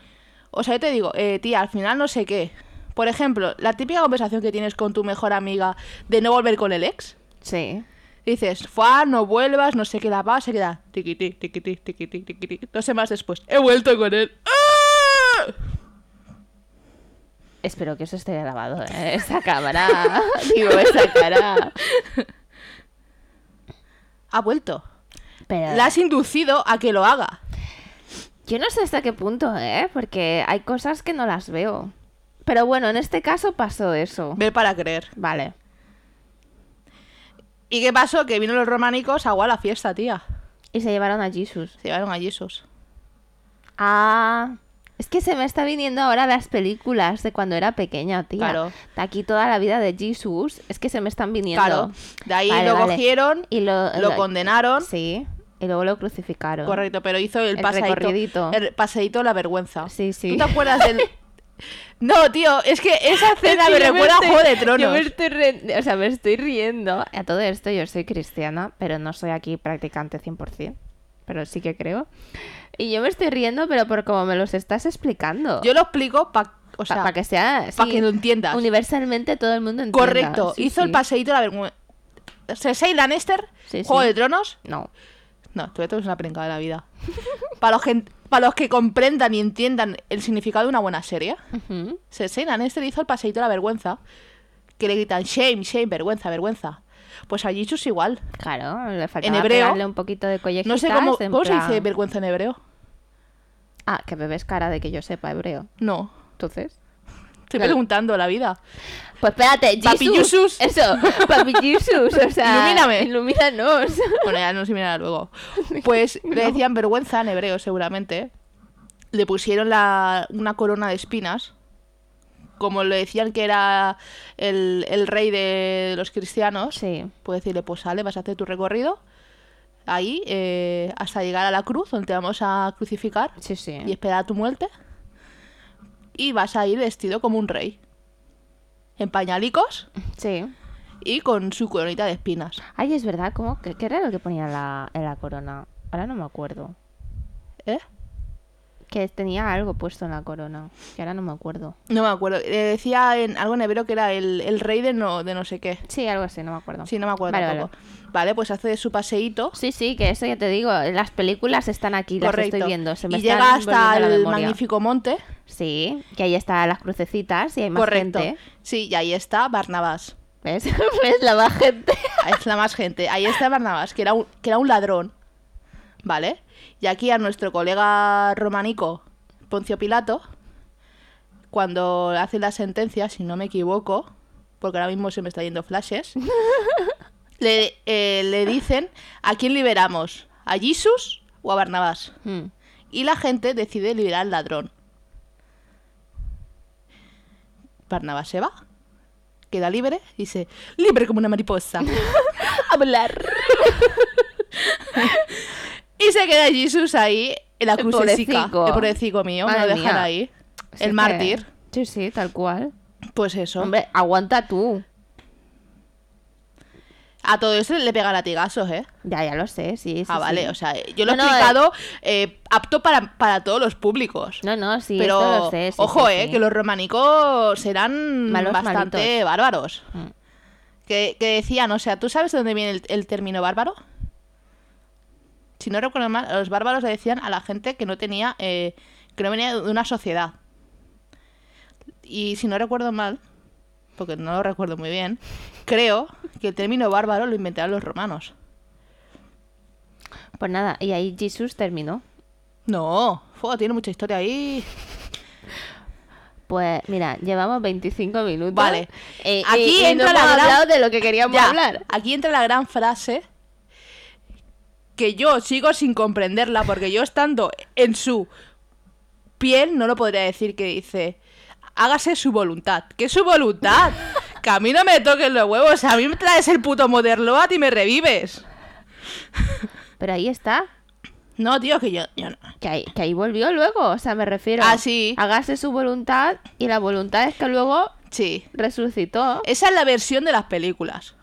[SPEAKER 2] o sea, yo te digo, eh, tía, al final no sé qué. Por ejemplo, la típica conversación que tienes con tu mejor amiga de no volver con el ex.
[SPEAKER 1] Sí.
[SPEAKER 2] Dices, fuá, no vuelvas, no sé qué la va, se queda tiquití, tiquití, tiquití, tiquití. Dos semanas después, he vuelto con él. ¡Ah!
[SPEAKER 1] Espero que eso esté grabado, ¿eh? Esa cámara. Digo, esa cara.
[SPEAKER 2] Ha vuelto.
[SPEAKER 1] Pero
[SPEAKER 2] La has inducido a que lo haga.
[SPEAKER 1] yo no sé hasta qué punto, ¿eh? Porque hay cosas que no las veo. Pero bueno, en este caso pasó eso.
[SPEAKER 2] Ve para creer.
[SPEAKER 1] Vale.
[SPEAKER 2] ¿Y qué pasó? Que vino los románicos agua a la fiesta, tía.
[SPEAKER 1] Y se llevaron a Jesus.
[SPEAKER 2] Se llevaron a Jesús.
[SPEAKER 1] Ah. Es que se me está viniendo ahora las películas de cuando era pequeña, tía.
[SPEAKER 2] Claro.
[SPEAKER 1] De aquí toda la vida de Jesus. Es que se me están viniendo.
[SPEAKER 2] Claro. De ahí
[SPEAKER 1] Vale,
[SPEAKER 2] lo
[SPEAKER 1] vale.
[SPEAKER 2] cogieron,
[SPEAKER 1] Y lo,
[SPEAKER 2] lo condenaron.
[SPEAKER 1] Sí. Y luego lo crucificaron.
[SPEAKER 2] Correcto, pero hizo el,
[SPEAKER 1] El
[SPEAKER 2] pasadito.
[SPEAKER 1] recorridito.
[SPEAKER 2] El pasadito de la vergüenza.
[SPEAKER 1] Sí, sí.
[SPEAKER 2] ¿Tú te acuerdas del.? No, tío, es que esa
[SPEAKER 1] Es
[SPEAKER 2] escena
[SPEAKER 1] que
[SPEAKER 2] me
[SPEAKER 1] yo me
[SPEAKER 2] recuerda a
[SPEAKER 1] estoy-
[SPEAKER 2] Juego de
[SPEAKER 1] Yo me
[SPEAKER 2] Tronos.
[SPEAKER 1] estoy, re- o sea, me estoy riendo. A todo esto yo soy cristiana, pero no soy aquí practicante 100%, pero sí que creo. Y yo me estoy riendo, pero por como me los estás explicando.
[SPEAKER 2] Yo lo explico para. O sea,
[SPEAKER 1] para que sea...
[SPEAKER 2] pa'
[SPEAKER 1] sí,
[SPEAKER 2] que lo entiendas.
[SPEAKER 1] Universalmente todo el mundo entienda.
[SPEAKER 2] Correcto,
[SPEAKER 1] Sí,
[SPEAKER 2] hizo el
[SPEAKER 1] sí.
[SPEAKER 2] paseíto la vergüenza. Cersei Lannister,
[SPEAKER 1] Sí,
[SPEAKER 2] Juego
[SPEAKER 1] sí.
[SPEAKER 2] de Tronos.
[SPEAKER 1] No.
[SPEAKER 2] No, tú es una pringada de la vida. Para los, gen- pa' los que comprendan y entiendan el significado de una buena serie,
[SPEAKER 1] Ujú.
[SPEAKER 2] Cersei Lannister hizo el paseíto la vergüenza. Que le gritan shame, shame, vergüenza, vergüenza. Pues a Jisoo es igual.
[SPEAKER 1] Claro, le faltaba
[SPEAKER 2] hebreo.
[SPEAKER 1] pegarle un poquito de collejitas.
[SPEAKER 2] No sé cómo,
[SPEAKER 1] en
[SPEAKER 2] ¿cómo se
[SPEAKER 1] plan-
[SPEAKER 2] dice vergüenza en hebreo.
[SPEAKER 1] Ah, que bebes cara de que yo sepa hebreo.
[SPEAKER 2] No,
[SPEAKER 1] Entonces...
[SPEAKER 2] estoy
[SPEAKER 1] Claro.
[SPEAKER 2] preguntando la vida.
[SPEAKER 1] Pues espérate,
[SPEAKER 2] Papi
[SPEAKER 1] Jesus.
[SPEAKER 2] Jesús.
[SPEAKER 1] Eso, Papi Jesus, o sea...
[SPEAKER 2] Ilumíname.
[SPEAKER 1] Ilumínanos.
[SPEAKER 2] Bueno, ya nos mirará luego. Pues le decían vergüenza en hebreo, seguramente. Le pusieron la, una corona de espinas. Como le decían que era el, el rey de los cristianos,
[SPEAKER 1] Sí.
[SPEAKER 2] pues decirle, pues sale, vas a hacer tu recorrido ahí eh, hasta llegar a la cruz, donde te vamos a crucificar
[SPEAKER 1] Sí, sí.
[SPEAKER 2] y esperar a tu muerte. Y vas a ir vestido como un rey. En pañalicos
[SPEAKER 1] Sí.
[SPEAKER 2] y con su coronita de espinas.
[SPEAKER 1] Ay, es verdad, ¿cómo? ¿Qué, qué era lo que ponía en la, en la corona? Ahora no me acuerdo.
[SPEAKER 2] ¿Eh?
[SPEAKER 1] Que tenía algo puesto en la corona. Que ahora no me acuerdo.
[SPEAKER 2] No me acuerdo. Le decía en algo en hebreo que era el, el rey de no, de no sé qué.
[SPEAKER 1] Sí, algo así, no me acuerdo.
[SPEAKER 2] Sí, no me acuerdo
[SPEAKER 1] Vale,
[SPEAKER 2] tampoco. Vale. pues hace su paseíto.
[SPEAKER 1] Sí, sí, que eso ya te digo. Las películas están aquí, las
[SPEAKER 2] correcto.
[SPEAKER 1] estoy viendo. Se me
[SPEAKER 2] y
[SPEAKER 1] están
[SPEAKER 2] llega hasta
[SPEAKER 1] volviendo la
[SPEAKER 2] el
[SPEAKER 1] memoria.
[SPEAKER 2] magnífico monte.
[SPEAKER 1] Sí, que ahí están las crucecitas y hay más
[SPEAKER 2] correcto.
[SPEAKER 1] gente.
[SPEAKER 2] Sí, y ahí está Barnabás.
[SPEAKER 1] ¿Ves? ¿Ves la más gente?
[SPEAKER 2] Ahí está más gente. Ahí está Barnabás, que era un, que era un ladrón. ¿Vale? Y aquí a nuestro colega romanico, Poncio Pilato, cuando hace la sentencia, si no me equivoco, porque ahora mismo se me está yendo flashes, le, eh, le dicen a quién liberamos, a Jesús o a Barnabás.
[SPEAKER 1] Mm.
[SPEAKER 2] Y la gente decide liberar al ladrón. Barnabas se va, queda libre y dice, libre como una mariposa.
[SPEAKER 1] Hablar.
[SPEAKER 2] Y se queda Jesús ahí en la
[SPEAKER 1] El
[SPEAKER 2] crucecita. El
[SPEAKER 1] pobrecico.
[SPEAKER 2] pobrecito mío, me lo
[SPEAKER 1] Madre
[SPEAKER 2] dejan
[SPEAKER 1] mía.
[SPEAKER 2] ahí.
[SPEAKER 1] Sí
[SPEAKER 2] el
[SPEAKER 1] que-
[SPEAKER 2] mártir.
[SPEAKER 1] Sí, sí, tal cual.
[SPEAKER 2] Pues eso.
[SPEAKER 1] Hombre, aguanta tú.
[SPEAKER 2] A todo esto le pega latigazos, ¿eh?
[SPEAKER 1] Ya, ya lo sé, sí. sí,
[SPEAKER 2] ah, vale.
[SPEAKER 1] sí.
[SPEAKER 2] O sea, yo lo
[SPEAKER 1] No,
[SPEAKER 2] he
[SPEAKER 1] no,
[SPEAKER 2] explicado eh, apto para, para todos los públicos.
[SPEAKER 1] No, no, sí,
[SPEAKER 2] Pero
[SPEAKER 1] esto lo sé. sí,
[SPEAKER 2] ojo,
[SPEAKER 1] sí,
[SPEAKER 2] ¿eh?
[SPEAKER 1] sí.
[SPEAKER 2] Que los romanicos serán
[SPEAKER 1] Malos,
[SPEAKER 2] bastante
[SPEAKER 1] malitos.
[SPEAKER 2] bárbaros.
[SPEAKER 1] Mm.
[SPEAKER 2] Que, que decían, o sea, ¿tú sabes de dónde viene el, el término bárbaro? Si no recuerdo mal, los bárbaros le decían a la gente que no tenía, eh, que no venía de una sociedad. Y si no recuerdo mal, porque no lo recuerdo muy bien, creo que el término bárbaro lo inventaron los romanos.
[SPEAKER 1] Pues nada, y ahí Jesús terminó.
[SPEAKER 2] No, fue, tiene mucha historia ahí.
[SPEAKER 1] Pues mira, llevamos 25 minutos.
[SPEAKER 2] Vale.
[SPEAKER 1] Eh,
[SPEAKER 2] Aquí
[SPEAKER 1] y- y no
[SPEAKER 2] entra la
[SPEAKER 1] hemos
[SPEAKER 2] gran-
[SPEAKER 1] hablado de lo que queríamos
[SPEAKER 2] Ya,
[SPEAKER 1] hablar.
[SPEAKER 2] Aquí entra la gran frase que yo sigo sin comprenderla, porque yo estando en su piel no lo podría decir que dice, hágase su voluntad. ¿Qué es su voluntad? Que a mí no me toques los huevos, a mí me traes el puto Motherload y me revives.
[SPEAKER 1] Pero ahí está.
[SPEAKER 2] No, tío, que yo, yo no.
[SPEAKER 1] Que ahí, que ahí volvió luego. O sea, me refiero.
[SPEAKER 2] Ah, sí.
[SPEAKER 1] Hágase su voluntad y la voluntad es que luego
[SPEAKER 2] Sí.
[SPEAKER 1] resucitó.
[SPEAKER 2] Esa es la versión de las películas.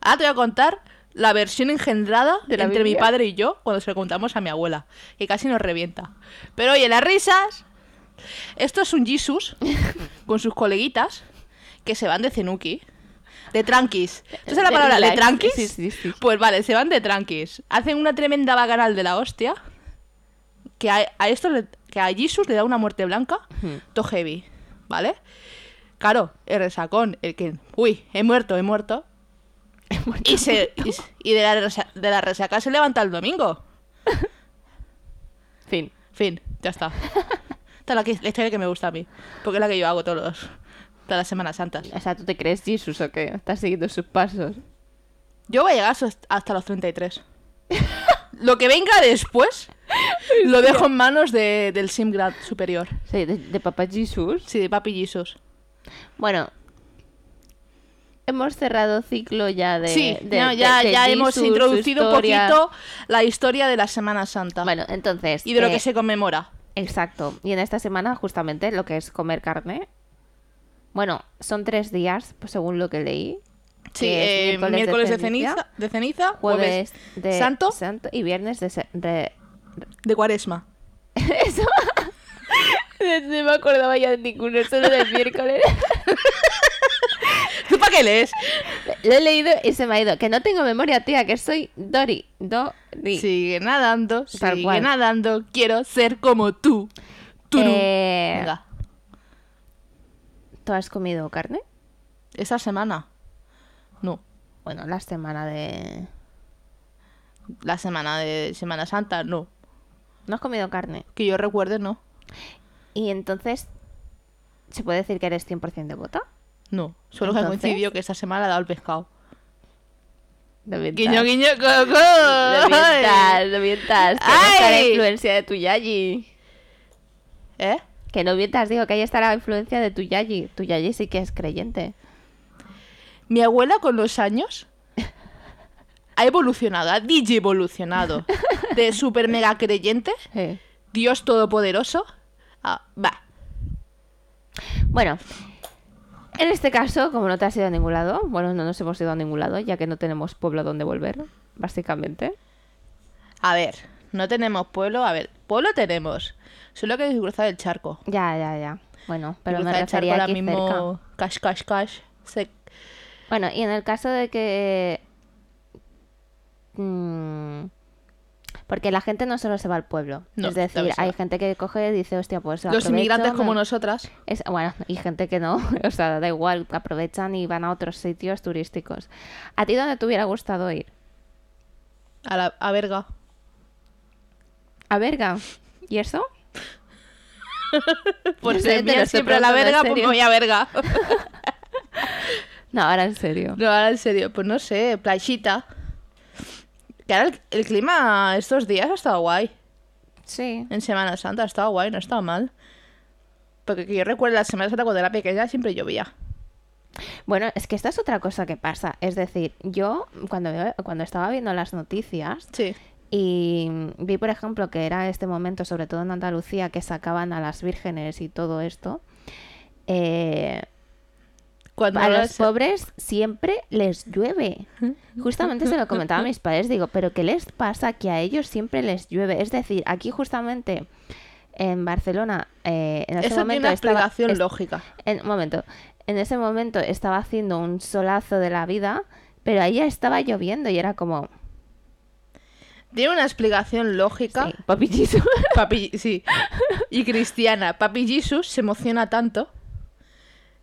[SPEAKER 2] Ahora te voy a contar la versión engendrada
[SPEAKER 1] De la
[SPEAKER 2] entre mi
[SPEAKER 1] Biblia.
[SPEAKER 2] padre y yo cuando se lo contamos a mi abuela, que casi nos revienta. Pero oye, las risas. Esto es un Jesus con sus coleguitas que se van de cenuki. De tranquis. ¿Tú sabes la
[SPEAKER 1] De
[SPEAKER 2] palabra de
[SPEAKER 1] relax.
[SPEAKER 2] tranquis?
[SPEAKER 1] Sí, sí, sí.
[SPEAKER 2] Pues vale, se van de tranquis. Hacen una tremenda bacanal de la hostia. Que a, a estos le- que a Jesus le da una muerte blanca.
[SPEAKER 1] Ujú.
[SPEAKER 2] To heavy. ¿Vale? Claro, el resacón, el que. Uy, he muerto, he muerto. Y, se, y, se- y de, la resa- de la resaca se levanta el domingo.
[SPEAKER 1] Fin.
[SPEAKER 2] Fin, ya está. Esta es la, que, la historia que me gusta a mí. Porque es la que yo hago todos los- todas las Semanas Santas.
[SPEAKER 1] O sea, ¿tú te crees Jesús o qué? Estás siguiendo sus pasos.
[SPEAKER 2] Yo voy a llegar sos- hasta los 33. Lo que venga después lo dejo en manos de- del Simgrad superior.
[SPEAKER 1] Sí, de, de papá Jesús.
[SPEAKER 2] Sí, de Papi Jesus.
[SPEAKER 1] Bueno. Hemos cerrado ciclo ya de.
[SPEAKER 2] sí,
[SPEAKER 1] de-
[SPEAKER 2] no,
[SPEAKER 1] de-
[SPEAKER 2] ya,
[SPEAKER 1] de
[SPEAKER 2] ya
[SPEAKER 1] Jesús,
[SPEAKER 2] hemos
[SPEAKER 1] su
[SPEAKER 2] introducido un
[SPEAKER 1] historia.
[SPEAKER 2] poquito la historia de la Semana Santa.
[SPEAKER 1] Bueno, entonces.
[SPEAKER 2] Y de lo
[SPEAKER 1] eh,
[SPEAKER 2] que se conmemora.
[SPEAKER 1] Exacto. Y en esta semana, justamente, lo que es comer carne. Bueno, son tres días, pues, según lo que leí.
[SPEAKER 2] Sí,
[SPEAKER 1] que es
[SPEAKER 2] eh, miércoles, de,
[SPEAKER 1] ceniza,
[SPEAKER 2] ceniza, de ceniza,
[SPEAKER 1] jueves de
[SPEAKER 2] santo,
[SPEAKER 1] y viernes de, se- de-
[SPEAKER 2] de cuaresma.
[SPEAKER 1] Eso. no me acordaba ya de ninguno, solo del miércoles.
[SPEAKER 2] ¿Tú para qué lees?
[SPEAKER 1] Lo he leído y se me ha ido. Que no tengo memoria, tía, que soy Dori. Dori. Eh,
[SPEAKER 2] Sigue nadando,
[SPEAKER 1] Tal
[SPEAKER 2] sigue
[SPEAKER 1] cual.
[SPEAKER 2] nadando, quiero ser como tú. Turú.
[SPEAKER 1] Eh,
[SPEAKER 2] Venga,
[SPEAKER 1] ¿Tú has comido carne?
[SPEAKER 2] esa semana. No,
[SPEAKER 1] Bueno, la semana de...
[SPEAKER 2] la semana de Semana Santa, no.
[SPEAKER 1] No has comido carne.
[SPEAKER 2] Que yo recuerde, no.
[SPEAKER 1] Y entonces, ¿se puede decir que eres 100% devota?
[SPEAKER 2] No, solo que ha
[SPEAKER 1] Entonces.
[SPEAKER 2] coincidido que esta semana le ha dado el pescado.
[SPEAKER 1] Deventas.
[SPEAKER 2] Guiño, guiño, coco.
[SPEAKER 1] No mientas, no mientas. Que no está la
[SPEAKER 2] Ay.
[SPEAKER 1] influencia de tu Yayi.
[SPEAKER 2] ¿Eh?
[SPEAKER 1] Que no mientas, digo, que ahí está la influencia de tu Yayi. Tu Yayi sí que es creyente.
[SPEAKER 2] Mi abuela con los años ha evolucionado, ha digievolucionado de super mega creyente, Dios todopoderoso, a- va,
[SPEAKER 1] Bueno, en este caso, como no te has ido a ningún lado, bueno, no nos hemos ido a ningún lado, ya que no tenemos pueblo a donde volver, básicamente.
[SPEAKER 2] a ver, no tenemos pueblo, a ver, pueblo tenemos, solo que cruzar el charco.
[SPEAKER 1] Ya, ya, ya. Bueno, pero me
[SPEAKER 2] Cruzar el charco
[SPEAKER 1] refería
[SPEAKER 2] ahora
[SPEAKER 1] aquí cerca.
[SPEAKER 2] mismo, cash, cash, cash, se-
[SPEAKER 1] Bueno, y en el caso de que... mm, porque la gente no solo se va al pueblo.
[SPEAKER 2] No,
[SPEAKER 1] es decir,
[SPEAKER 2] también se
[SPEAKER 1] hay
[SPEAKER 2] va.
[SPEAKER 1] gente que coge y dice, hostia, pues
[SPEAKER 2] los
[SPEAKER 1] aprovecho,
[SPEAKER 2] inmigrantes
[SPEAKER 1] me-
[SPEAKER 2] como nosotras,
[SPEAKER 1] Es- bueno, y gente que no, o sea, da igual, aprovechan y van a otros sitios turísticos. ¿A ti dónde te hubiera gustado ir?
[SPEAKER 2] a la a verga.
[SPEAKER 1] A Berga. ¿Y eso?
[SPEAKER 2] Por
[SPEAKER 1] Te-
[SPEAKER 2] ser
[SPEAKER 1] te
[SPEAKER 2] mía
[SPEAKER 1] lo
[SPEAKER 2] siempre a la
[SPEAKER 1] pregunto en
[SPEAKER 2] verga, pues me
[SPEAKER 1] serio.
[SPEAKER 2] voy a verga.
[SPEAKER 1] No, ahora en serio.
[SPEAKER 2] No, ahora en serio, pues no sé, playita. Que ahora el, el clima estos días ha estado guay.
[SPEAKER 1] Sí.
[SPEAKER 2] En Semana Santa ha estado guay, no ha estado mal. Porque que yo recuerdo la Semana Santa cuando era pequeña siempre llovía.
[SPEAKER 1] Bueno, es que esta es otra cosa que pasa. Es decir, yo cuando, veo- cuando estaba viendo las noticias
[SPEAKER 2] Sí.
[SPEAKER 1] y vi, por ejemplo, que era este momento, sobre todo en Andalucía, que sacaban a las vírgenes y todo esto, eh,
[SPEAKER 2] Cuando
[SPEAKER 1] a
[SPEAKER 2] era
[SPEAKER 1] los
[SPEAKER 2] se-
[SPEAKER 1] pobres ¿eh? siempre les llueve. Justamente se lo comentaba a mis padres, digo, pero ¿qué les pasa que a ellos siempre les llueve? Es decir, aquí justamente en Barcelona, eh, en ese
[SPEAKER 2] Eso
[SPEAKER 1] momento
[SPEAKER 2] tiene una
[SPEAKER 1] estaba-
[SPEAKER 2] explicación
[SPEAKER 1] es-
[SPEAKER 2] lógica.
[SPEAKER 1] en, un momento. En ese momento estaba haciendo un solazo de la vida, pero ahí ya estaba lloviendo y era como.
[SPEAKER 2] Tiene una explicación lógica.
[SPEAKER 1] Sí, papi Jesus.
[SPEAKER 2] Papi, sí. Y cristiana. Papi Jesus se emociona tanto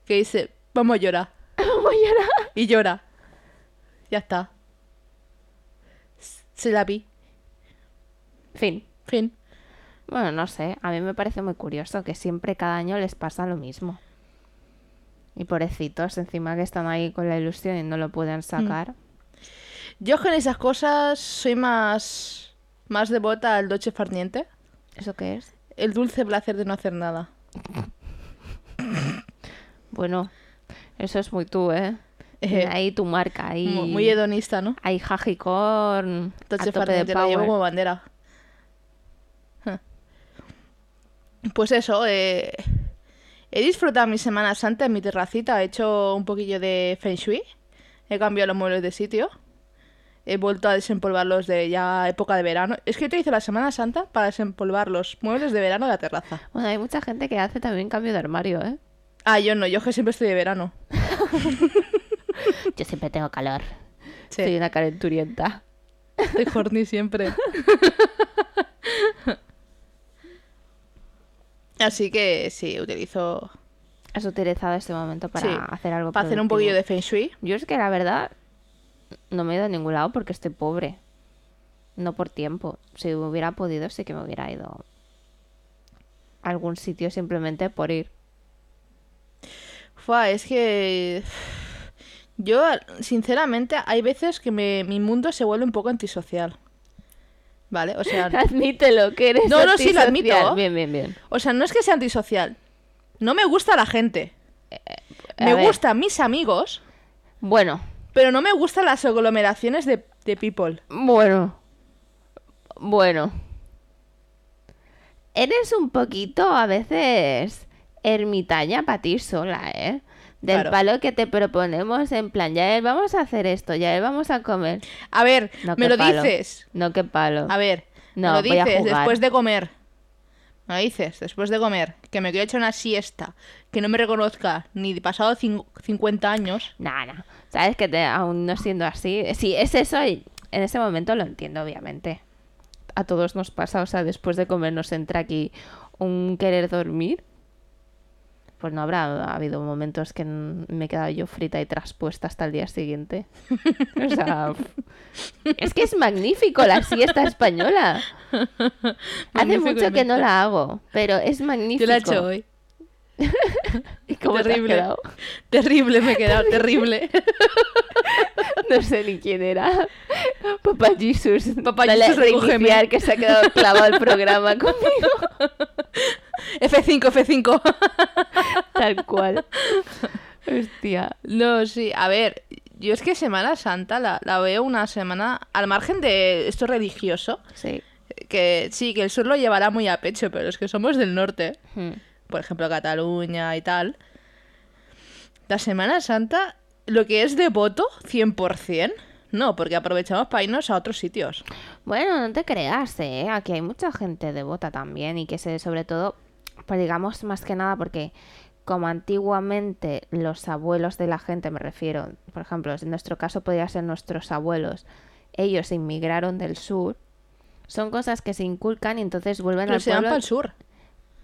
[SPEAKER 2] que dice, vamos a llorar.
[SPEAKER 1] Voy a llorar.
[SPEAKER 2] Y llora. Ya está. S- Se la vi.
[SPEAKER 1] Fin.
[SPEAKER 2] Fin.
[SPEAKER 1] Bueno, no sé. A mí me parece muy curioso que siempre cada año les pasa lo mismo. Y pobrecitos, encima que están ahí con la ilusión y no lo pueden
[SPEAKER 2] Mm.
[SPEAKER 1] sacar.
[SPEAKER 2] Yo con esas cosas soy más, más devota al Dolce Farniente.
[SPEAKER 1] ¿Eso qué es?
[SPEAKER 2] El dulce placer de no hacer nada.
[SPEAKER 1] Bueno, eso es muy tú, ¿eh? Tiene ahí tu marca, ahí.
[SPEAKER 2] Mu- Muy hedonista, ¿no?
[SPEAKER 1] Ahí Hajicorn, a
[SPEAKER 2] Entonces
[SPEAKER 1] tope de
[SPEAKER 2] te la llevo
[SPEAKER 1] power.
[SPEAKER 2] como bandera. Huh. Pues eso, eh, he disfrutado mi Semana Santa en mi terracita, he hecho un poquillo de Feng Shui, he cambiado los muebles de sitio, he vuelto a desempolvar los de ya época de verano. Es que utilizo la Semana Santa para desempolvar los muebles de verano de la terraza.
[SPEAKER 1] Bueno, hay mucha gente que hace también cambio de armario, ¿eh?
[SPEAKER 2] Ah, yo no, yo es que siempre estoy de verano.
[SPEAKER 1] Yo siempre tengo calor.
[SPEAKER 2] Sí.
[SPEAKER 1] Soy una calenturienta.
[SPEAKER 2] Estoy horny siempre. Así que sí, utilizo
[SPEAKER 1] Has utilizado este momento para
[SPEAKER 2] Sí,
[SPEAKER 1] hacer algo
[SPEAKER 2] para hacer un poquillo
[SPEAKER 1] productivo.
[SPEAKER 2] de feng shui.
[SPEAKER 1] Yo es que la verdad no me he ido a ningún lado porque estoy pobre. No por tiempo. Si hubiera podido, sí que me hubiera ido a algún sitio simplemente por ir.
[SPEAKER 2] Fua, es que yo sinceramente hay veces que me- mi mundo se vuelve un poco antisocial. ¿Vale? O sea,
[SPEAKER 1] Admítelo, que eres
[SPEAKER 2] No, no, sí, lo
[SPEAKER 1] antisocial.
[SPEAKER 2] admito.
[SPEAKER 1] Bien, bien, bien.
[SPEAKER 2] o sea, no es que sea antisocial. No me gusta la gente.
[SPEAKER 1] a
[SPEAKER 2] Me
[SPEAKER 1] ver.
[SPEAKER 2] gustan mis amigos,
[SPEAKER 1] Bueno,
[SPEAKER 2] pero no me gustan las aglomeraciones de, de people.
[SPEAKER 1] bueno. Bueno. Eres un poquito a veces ermitaña para ti sola, ¿eh? Del
[SPEAKER 2] Claro.
[SPEAKER 1] palo que te proponemos en plan, ya eh, vamos a hacer esto, ya eh, vamos a comer.
[SPEAKER 2] A ver,
[SPEAKER 1] No,
[SPEAKER 2] me
[SPEAKER 1] qué
[SPEAKER 2] lo
[SPEAKER 1] palo.
[SPEAKER 2] dices.
[SPEAKER 1] No, qué palo.
[SPEAKER 2] A ver, me
[SPEAKER 1] No,
[SPEAKER 2] lo
[SPEAKER 1] voy a
[SPEAKER 2] dices
[SPEAKER 1] jugar.
[SPEAKER 2] después de comer. Me lo dices después de comer. Que me quiero echar una siesta. Que no me reconozca ni de pasado cin- 50 años.
[SPEAKER 1] Nah, nah. Sabes que te- aún no siendo así. Si es eso, y- en ese momento lo entiendo, obviamente. A todos nos pasa, o sea, después de comer nos entra aquí un querer dormir. Pues no habrá habido momentos que n- me he quedado yo frita y traspuesta hasta el día siguiente. O sea, pf. es que es magnífico la siesta española. Hace
[SPEAKER 2] Magnífico
[SPEAKER 1] mucho que
[SPEAKER 2] invento.
[SPEAKER 1] no la hago, pero es magnífico.
[SPEAKER 2] Yo la he hecho hoy.
[SPEAKER 1] ¿Y cómo te has
[SPEAKER 2] Terrible.
[SPEAKER 1] quedado?
[SPEAKER 2] Terrible me he quedado, terrible.
[SPEAKER 1] No sé ni quién era. Papá Jesus.
[SPEAKER 2] Papá
[SPEAKER 1] Dale a
[SPEAKER 2] Jesus, recógeme.
[SPEAKER 1] reiniciar, que se ha quedado clavado el programa conmigo.
[SPEAKER 2] F5, F5.
[SPEAKER 1] Tal cual. Hostia.
[SPEAKER 2] No, sí, a ver, yo es que Semana Santa la, la veo una semana al margen de esto religioso,
[SPEAKER 1] Sí.
[SPEAKER 2] que sí, que el sur lo llevará muy a pecho, pero es que somos del norte,
[SPEAKER 1] Hmm.
[SPEAKER 2] por ejemplo Cataluña y tal. La Semana Santa, lo que es devoto, 100%, no, porque aprovechamos para irnos a otros sitios.
[SPEAKER 1] Bueno, no te creas, ¿eh? Aquí hay mucha gente devota también y que se, sobre todo, pues digamos más que nada porque como antiguamente los abuelos de la gente, me refiero, por ejemplo, en nuestro caso podría ser nuestros abuelos, ellos inmigraron del sur, son cosas que se inculcan y entonces vuelven
[SPEAKER 2] Pero
[SPEAKER 1] al
[SPEAKER 2] se van
[SPEAKER 1] pueblo,
[SPEAKER 2] para el sur,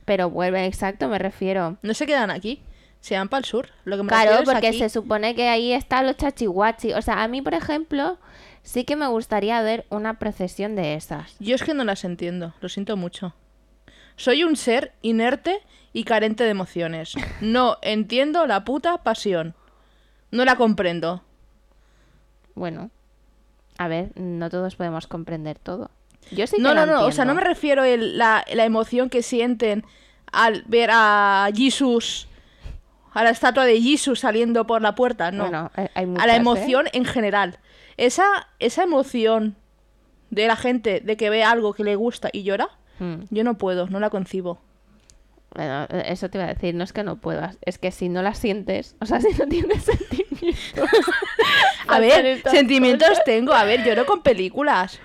[SPEAKER 1] pero vuelven, exacto, me refiero.
[SPEAKER 2] no se quedan aquí, se van para el sur. Lo que me
[SPEAKER 1] Claro,
[SPEAKER 2] refiero es
[SPEAKER 1] porque
[SPEAKER 2] aquí.
[SPEAKER 1] se supone que ahí están los chachihuachi. O sea, a mí, por ejemplo, sí que me gustaría ver una procesión de esas.
[SPEAKER 2] Yo es que no las entiendo, lo siento mucho. Soy un ser inerte y carente de emociones. No entiendo la puta pasión. No la comprendo.
[SPEAKER 1] Bueno, a ver, no todos podemos comprender todo. Yo sí que
[SPEAKER 2] no,
[SPEAKER 1] lo
[SPEAKER 2] no, no, o sea, no me
[SPEAKER 1] entiendo.
[SPEAKER 2] refiero el- la, la emoción que sienten al ver a Jesús, a la estatua de Jesús saliendo por la puerta, no.
[SPEAKER 1] Bueno, hay- hay
[SPEAKER 2] a la
[SPEAKER 1] muchas, ¿eh?
[SPEAKER 2] emoción en general. Esa, esa emoción de la gente de que ve algo que le gusta y llora,
[SPEAKER 1] Mm.
[SPEAKER 2] yo no puedo, no la concibo.
[SPEAKER 1] Bueno, eh, eso te iba a decir, no es que no puedas, es que si no la sientes, o sea, si no tienes sentimientos.
[SPEAKER 2] A
[SPEAKER 1] faltan
[SPEAKER 2] ver,
[SPEAKER 1] estas
[SPEAKER 2] sentimientos tengo. A ver, lloro con películas.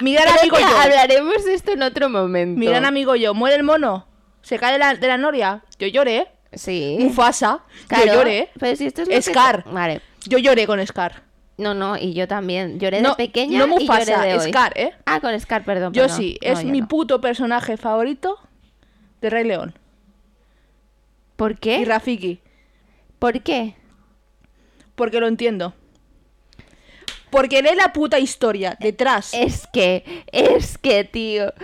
[SPEAKER 2] Mi gran
[SPEAKER 1] cosas. Creo
[SPEAKER 2] amigo
[SPEAKER 1] que
[SPEAKER 2] yo.
[SPEAKER 1] hablaremos de esto en otro momento.
[SPEAKER 2] Mi gran amigo yo. Muere el mono. Se cae de la, de la noria. Yo lloré.
[SPEAKER 1] Sí,
[SPEAKER 2] Mufasa.
[SPEAKER 1] ¿Eh? claro.
[SPEAKER 2] Yo lloré.
[SPEAKER 1] Pero si esto es lo que-
[SPEAKER 2] Scar.
[SPEAKER 1] Vale.
[SPEAKER 2] Yo lloré con Scar.
[SPEAKER 1] No, no, y yo también. Lloré de
[SPEAKER 2] No,
[SPEAKER 1] pequeña
[SPEAKER 2] no
[SPEAKER 1] y lloré
[SPEAKER 2] Mufasa,
[SPEAKER 1] de hoy.
[SPEAKER 2] Scar, ¿eh?
[SPEAKER 1] Ah, con Scar, perdón.
[SPEAKER 2] Yo
[SPEAKER 1] perdón.
[SPEAKER 2] sí.
[SPEAKER 1] No,
[SPEAKER 2] Es
[SPEAKER 1] yo
[SPEAKER 2] mi
[SPEAKER 1] no.
[SPEAKER 2] puto personaje favorito de Rey León.
[SPEAKER 1] ¿Por
[SPEAKER 2] Y
[SPEAKER 1] qué?
[SPEAKER 2] Rafiki.
[SPEAKER 1] ¿Por qué?
[SPEAKER 2] Porque lo entiendo. Porque lee la puta historia detrás.
[SPEAKER 1] Es que, es que, tío,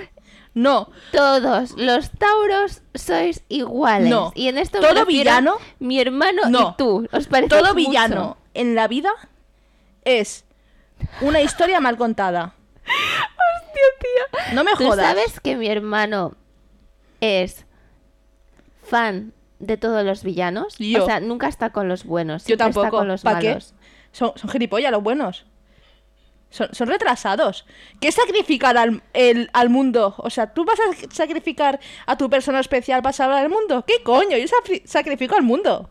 [SPEAKER 2] No.
[SPEAKER 1] todos los Tauros sois iguales.
[SPEAKER 2] No.
[SPEAKER 1] Y en esto me
[SPEAKER 2] Todo
[SPEAKER 1] refiero
[SPEAKER 2] villano-
[SPEAKER 1] Mi hermano
[SPEAKER 2] No.
[SPEAKER 1] y tú. Os parecéis mucho.
[SPEAKER 2] todo villano en la vida es una historia mal contada. Hostia, tía. No me
[SPEAKER 1] ¿Tú
[SPEAKER 2] jodas.
[SPEAKER 1] sabes que mi hermano es fan de todos los villanos.
[SPEAKER 2] Yo.
[SPEAKER 1] O sea, nunca está con los buenos.
[SPEAKER 2] Yo
[SPEAKER 1] siempre
[SPEAKER 2] tampoco.
[SPEAKER 1] Está con los
[SPEAKER 2] ¿Pa' qué?
[SPEAKER 1] malos.
[SPEAKER 2] Son, son gilipollas los buenos. Son, son retrasados. ¿Qué es sacrificar al, el- al mundo? O sea, ¿tú vas a sacrificar a tu persona especial para salvar al mundo? ¿Qué coño? Yo safri- sacrifico al mundo.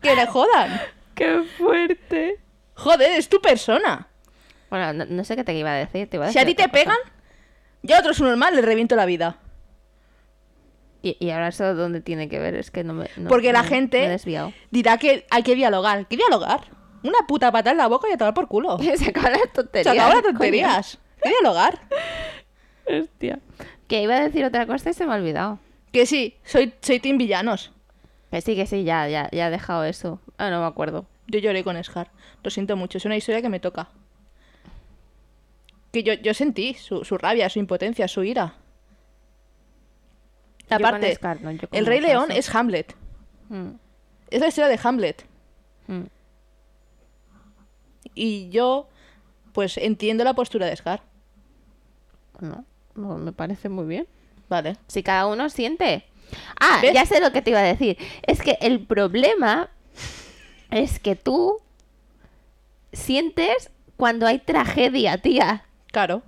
[SPEAKER 2] Que le jodan.
[SPEAKER 1] ¡Qué fuerte!
[SPEAKER 2] Joder, es tu persona.
[SPEAKER 1] Bueno, no, no sé qué te iba a decir. te iba a
[SPEAKER 2] Si a
[SPEAKER 1] decir
[SPEAKER 2] ti te
[SPEAKER 1] otra cosa.
[SPEAKER 2] pegan, yo a otro normal le reviento la vida.
[SPEAKER 1] Y, y ahora eso dónde tiene que ver, es que no me... no-
[SPEAKER 2] Porque la
[SPEAKER 1] me-
[SPEAKER 2] gente
[SPEAKER 1] Me he desviado.
[SPEAKER 2] Dirá que hay que dialogar. ¿Qué dialogar? Una puta patada en la boca y a tomar por culo.
[SPEAKER 1] Se acabó las
[SPEAKER 2] Se
[SPEAKER 1] tonterías.
[SPEAKER 2] acabó las
[SPEAKER 1] coño.
[SPEAKER 2] tonterías. ¿Qué dialogar?
[SPEAKER 1] Hostia. Que iba a decir otra cosa y se me ha olvidado.
[SPEAKER 2] Que sí, soy, soy team villanos.
[SPEAKER 1] Que sí, que sí, ya, ya, ya he dejado eso. Ah, no me acuerdo.
[SPEAKER 2] Yo lloré con Scar. Lo siento mucho, es una historia que me toca. Que yo, yo sentí su, su rabia, su impotencia, su ira.
[SPEAKER 1] Yo
[SPEAKER 2] Aparte,
[SPEAKER 1] con Scar, no, yo con
[SPEAKER 2] el Rey
[SPEAKER 1] Mufasa.
[SPEAKER 2] León es Hamlet.
[SPEAKER 1] Mm,
[SPEAKER 2] Es la historia de Hamlet.
[SPEAKER 1] mm.
[SPEAKER 2] Y yo, pues entiendo la postura de Scar.
[SPEAKER 1] No, no, me parece muy bien.
[SPEAKER 2] Vale.
[SPEAKER 1] Si cada uno siente. Ah,
[SPEAKER 2] ¿Ves?
[SPEAKER 1] ya sé lo que te iba a decir. Es que el problema es que tú sientes cuando hay tragedia, tía.
[SPEAKER 2] Claro.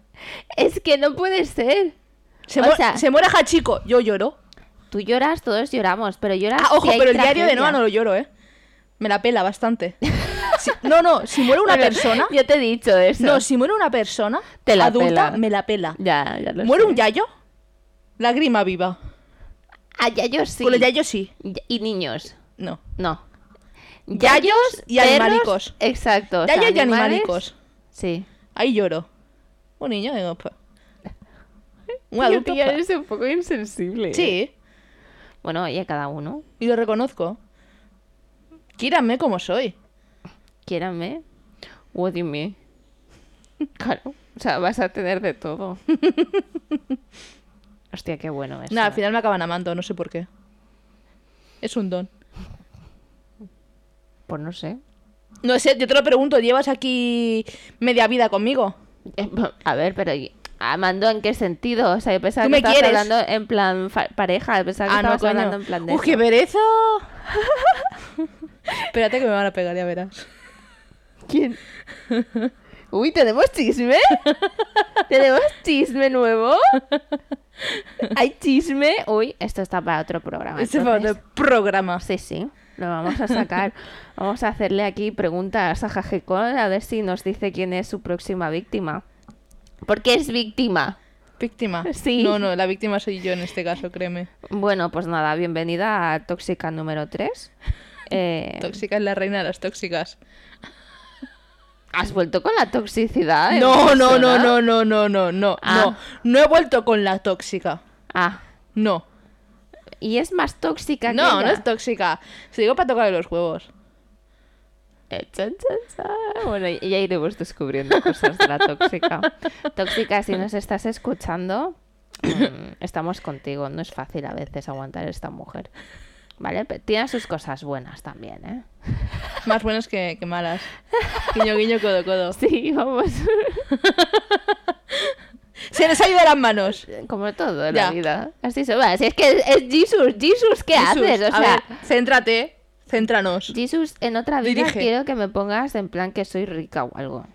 [SPEAKER 1] Es que no puede ser.
[SPEAKER 2] Se,
[SPEAKER 1] O
[SPEAKER 2] muere-
[SPEAKER 1] sea-
[SPEAKER 2] se muere Hachiko. Yo lloro.
[SPEAKER 1] Tú lloras, todos lloramos, pero lloras.
[SPEAKER 2] Ah, ojo,
[SPEAKER 1] si hay
[SPEAKER 2] pero el diario de
[SPEAKER 1] tragedia.
[SPEAKER 2] Noah no lo lloro, ¿eh? Me la pela bastante. Si- no, no, si muere una
[SPEAKER 1] Bueno,
[SPEAKER 2] persona.
[SPEAKER 1] Yo te he dicho eso.
[SPEAKER 2] No, si muere una persona
[SPEAKER 1] Te la
[SPEAKER 2] adulta,
[SPEAKER 1] pela.
[SPEAKER 2] me la pela.
[SPEAKER 1] Ya, ya lo
[SPEAKER 2] ¿Muere
[SPEAKER 1] sé.
[SPEAKER 2] un yayo? Lágrima viva.
[SPEAKER 1] Ah, yayos sí.
[SPEAKER 2] Con los yayos sí.
[SPEAKER 1] Ya- Y niños.
[SPEAKER 2] No.
[SPEAKER 1] No.
[SPEAKER 2] Yayos y
[SPEAKER 1] perros,
[SPEAKER 2] animalicos.
[SPEAKER 1] Exacto. o sea,
[SPEAKER 2] Yayos y
[SPEAKER 1] animales-
[SPEAKER 2] animalicos.
[SPEAKER 1] Sí.
[SPEAKER 2] Ahí lloro. Un niño de pa. Un
[SPEAKER 1] Tío,
[SPEAKER 2] adulto.
[SPEAKER 1] tía,
[SPEAKER 2] pa.
[SPEAKER 1] eres un poco insensible.
[SPEAKER 2] Sí,
[SPEAKER 1] Bueno, oye, cada uno.
[SPEAKER 2] y lo reconozco. Quírame como soy.
[SPEAKER 1] Quiérame. What do you mean? Claro. O sea, vas a tener de todo. Hostia, qué bueno eso.
[SPEAKER 2] Nada, al final me acaban amando, no sé por qué. Es un don.
[SPEAKER 1] Pues no sé.
[SPEAKER 2] No sé, yo te lo pregunto, ¿llevas aquí media vida conmigo?
[SPEAKER 1] Eh, A ver, pero y- amando en qué sentido? O sea, yo pensaba que
[SPEAKER 2] Tú me
[SPEAKER 1] estabas
[SPEAKER 2] quieres.
[SPEAKER 1] hablando en plan fa- pareja, pensaba que
[SPEAKER 2] Ah,
[SPEAKER 1] estabas hablando en plan de
[SPEAKER 2] ¡Uf, qué
[SPEAKER 1] eso.
[SPEAKER 2] pereza! Espérate que me van a pegar, ya verás.
[SPEAKER 1] ¿Quién? Uy, tenemos chisme. Tenemos chisme nuevo. Hay chisme. Uy, esto está para otro programa.
[SPEAKER 2] Este fue
[SPEAKER 1] Ah, entonces.
[SPEAKER 2] el programa.
[SPEAKER 1] Sí, sí. Lo vamos a sacar. Vamos a hacerle aquí preguntas a Jajecon a ver si nos dice quién es su próxima víctima. Porque es víctima.
[SPEAKER 2] Víctima.
[SPEAKER 1] Sí.
[SPEAKER 2] No, no, la víctima soy yo en este caso, créeme.
[SPEAKER 1] Bueno, pues nada, bienvenida a Tóxica número Eh, 3.
[SPEAKER 2] Tóxica es la reina de las tóxicas.
[SPEAKER 1] ¿Has vuelto con la toxicidad? en
[SPEAKER 2] No, no, no,
[SPEAKER 1] persona?
[SPEAKER 2] no, no, no, no, no.
[SPEAKER 1] Ah.
[SPEAKER 2] No, no he vuelto con la tóxica.
[SPEAKER 1] Ah,
[SPEAKER 2] No.
[SPEAKER 1] y es más tóxica que
[SPEAKER 2] No, no
[SPEAKER 1] ella?
[SPEAKER 2] es tóxica. Se digo para tocarle los huevos.
[SPEAKER 1] Eh, chan, chan, chan. Bueno, y- ya iremos descubriendo cosas de la tóxica. Tóxica, si nos estás escuchando, mm, estamos contigo. No es fácil a veces aguantar esta mujer. ¿Vale? Pero tiene sus cosas buenas también, ¿eh?
[SPEAKER 2] Más buenas que, que malas. Guiño, guiño, codo, codo.
[SPEAKER 1] Sí, vamos.
[SPEAKER 2] Se les ha ido de las manos.
[SPEAKER 1] Como todo en
[SPEAKER 2] Ya.
[SPEAKER 1] la vida. Así se va. Si es que es, es Jesus, Jesus, ¿qué
[SPEAKER 2] Jesús,
[SPEAKER 1] haces? O
[SPEAKER 2] a
[SPEAKER 1] sea,
[SPEAKER 2] ver, céntrate, céntranos.
[SPEAKER 1] Jesus, en otra vida
[SPEAKER 2] Dirige.
[SPEAKER 1] quiero que me pongas en plan que soy rica o algo.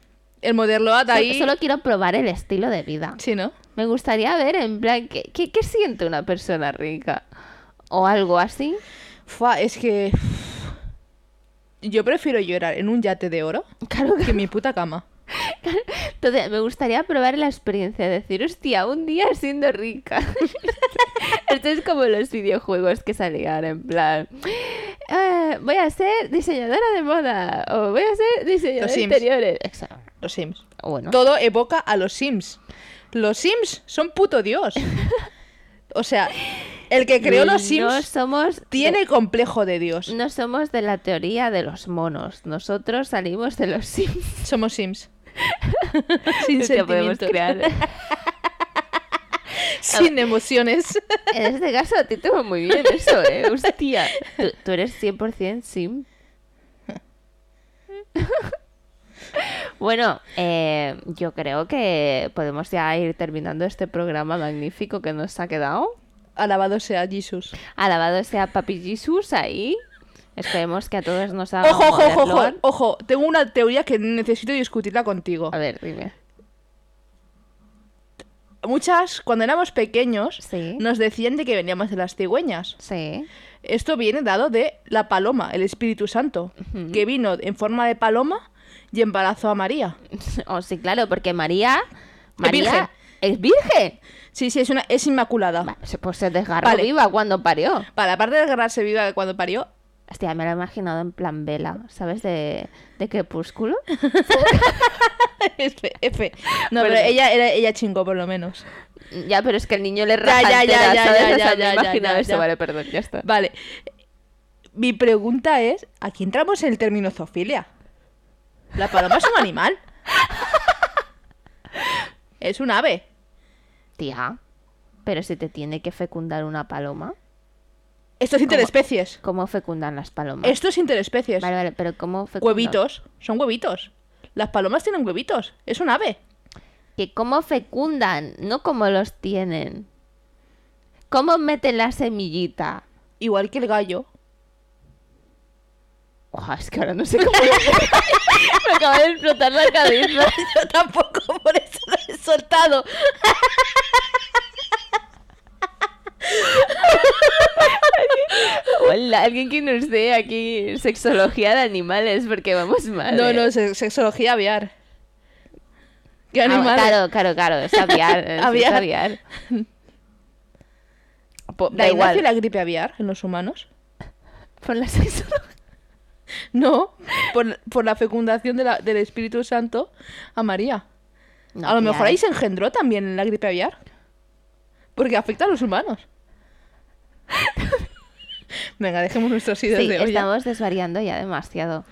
[SPEAKER 2] El modelo AT
[SPEAKER 1] Sol-
[SPEAKER 2] ahí.
[SPEAKER 1] Solo quiero probar el estilo de vida.
[SPEAKER 2] Sí, ¿no?
[SPEAKER 1] Me gustaría ver en plan qué, qué, qué siente una persona rica o algo así.
[SPEAKER 2] Fua, es que. Yo prefiero llorar en un yate de oro
[SPEAKER 1] Claro
[SPEAKER 2] que en mi puta cama.
[SPEAKER 1] Entonces, me gustaría probar la experiencia, decir, hostia, un día siendo rica. Esto es como los videojuegos que salían en plan, "Eh, voy a ser diseñadora de moda o voy a ser diseñadora
[SPEAKER 2] Los
[SPEAKER 1] de
[SPEAKER 2] Sims.
[SPEAKER 1] interiores. Exacto.
[SPEAKER 2] Los Sims.
[SPEAKER 1] Bueno,
[SPEAKER 2] Todo evoca a los Sims. Los Sims son puto Dios. O sea, el que creó los Sims
[SPEAKER 1] no somos de-
[SPEAKER 2] tiene complejo de Dios.
[SPEAKER 1] no somos de la teoría de los monos. Nosotros salimos de los Sims.
[SPEAKER 2] Somos Sims. Sin
[SPEAKER 1] que podemos
[SPEAKER 2] sentimientos.
[SPEAKER 1] crear.
[SPEAKER 2] Sin emociones.
[SPEAKER 1] En este caso a ti te va muy bien eso, ¿eh? Hostia. Tú, tú eres 100% sim. Bueno, eh, yo creo que podemos ya ir terminando este programa magnífico que nos ha quedado.
[SPEAKER 3] Alabado sea Jesús.
[SPEAKER 1] Alabado sea Papi Jesús ahí. Esperemos que a todos nos haga
[SPEAKER 2] Ojo, ojo, ojo, ojo,
[SPEAKER 1] moverlo.
[SPEAKER 2] ojo. Tengo una teoría que necesito discutirla contigo.
[SPEAKER 1] A ver, dime.
[SPEAKER 2] Muchas, cuando éramos pequeños,
[SPEAKER 1] Sí.
[SPEAKER 2] nos decían de que veníamos de las cigüeñas.
[SPEAKER 1] Sí.
[SPEAKER 2] Esto viene dado de la paloma, el Espíritu Santo, que vino en forma de paloma y embarazó a María.
[SPEAKER 1] Oh, sí, claro, porque María.
[SPEAKER 2] virgen.
[SPEAKER 1] María es virgen.
[SPEAKER 2] Sí, sí, es una es inmaculada.
[SPEAKER 1] Va, se- Pues se desgarró
[SPEAKER 2] Vale.
[SPEAKER 1] viva cuando parió.
[SPEAKER 2] Vale, aparte de agarrarse viva de cuando parió,
[SPEAKER 1] Hostia, me lo he imaginado en plan vela, ¿sabes? De, de crepúsculo.
[SPEAKER 2] F, F. No,
[SPEAKER 1] Perdón.
[SPEAKER 2] pero ella, era, ella chingó por lo menos.
[SPEAKER 1] Ya, pero es que el niño le
[SPEAKER 2] Ya,
[SPEAKER 1] raja
[SPEAKER 2] ya, ya,
[SPEAKER 1] entera,
[SPEAKER 2] ya,
[SPEAKER 1] ¿sabes?
[SPEAKER 2] ya,
[SPEAKER 1] O sea,
[SPEAKER 2] ya,
[SPEAKER 1] me
[SPEAKER 2] ya,
[SPEAKER 1] he imaginado
[SPEAKER 2] ya,
[SPEAKER 1] eso.
[SPEAKER 2] ya.
[SPEAKER 1] Vale, perdón, ya está.
[SPEAKER 2] Vale. Mi pregunta es, ¿aquí entramos en el término zoofilia? ¿La paloma es un animal? es un ave.
[SPEAKER 1] Tía, pero si te tiene que fecundar una paloma,
[SPEAKER 2] Esto es interespecies.
[SPEAKER 1] ¿cómo fecundan las palomas?
[SPEAKER 2] Esto es interespecies.
[SPEAKER 1] Vale, vale, pero ¿cómo fecundan?
[SPEAKER 2] Huevitos. Son huevitos. Las palomas tienen huevitos. Es un ave.
[SPEAKER 1] Que cómo fecundan, no cómo los tienen. ¿Cómo meten la semillita?
[SPEAKER 2] Igual que el gallo.
[SPEAKER 1] Ojo, es que ahora no sé cómo... me acaba de explotar la cabeza.
[SPEAKER 2] Yo tampoco por eso lo he soltado.
[SPEAKER 1] Hola, alguien que nos dé aquí sexología de animales, porque vamos mal.
[SPEAKER 2] No,
[SPEAKER 1] ¿eh?
[SPEAKER 2] no, se- sexología aviar. ¿Qué
[SPEAKER 1] Ah,
[SPEAKER 2] animal?
[SPEAKER 1] Claro, claro, claro, es aviar. es
[SPEAKER 2] Aviar.
[SPEAKER 1] aviar. Po-
[SPEAKER 2] ¿La
[SPEAKER 1] da igual.
[SPEAKER 2] ignacia y la gripe aviar en los humanos?
[SPEAKER 1] Por la sexología.
[SPEAKER 2] No, por, por la fecundación de la- del Espíritu Santo a María.
[SPEAKER 1] No, eh.
[SPEAKER 2] a lo
[SPEAKER 1] tía,
[SPEAKER 2] mejor ahí se engendró también la gripe aviar. Porque afecta a los humanos. Venga, dejemos nuestros
[SPEAKER 1] Sí,
[SPEAKER 2] ideas de hoy.
[SPEAKER 1] estamos desvariando ya demasiado.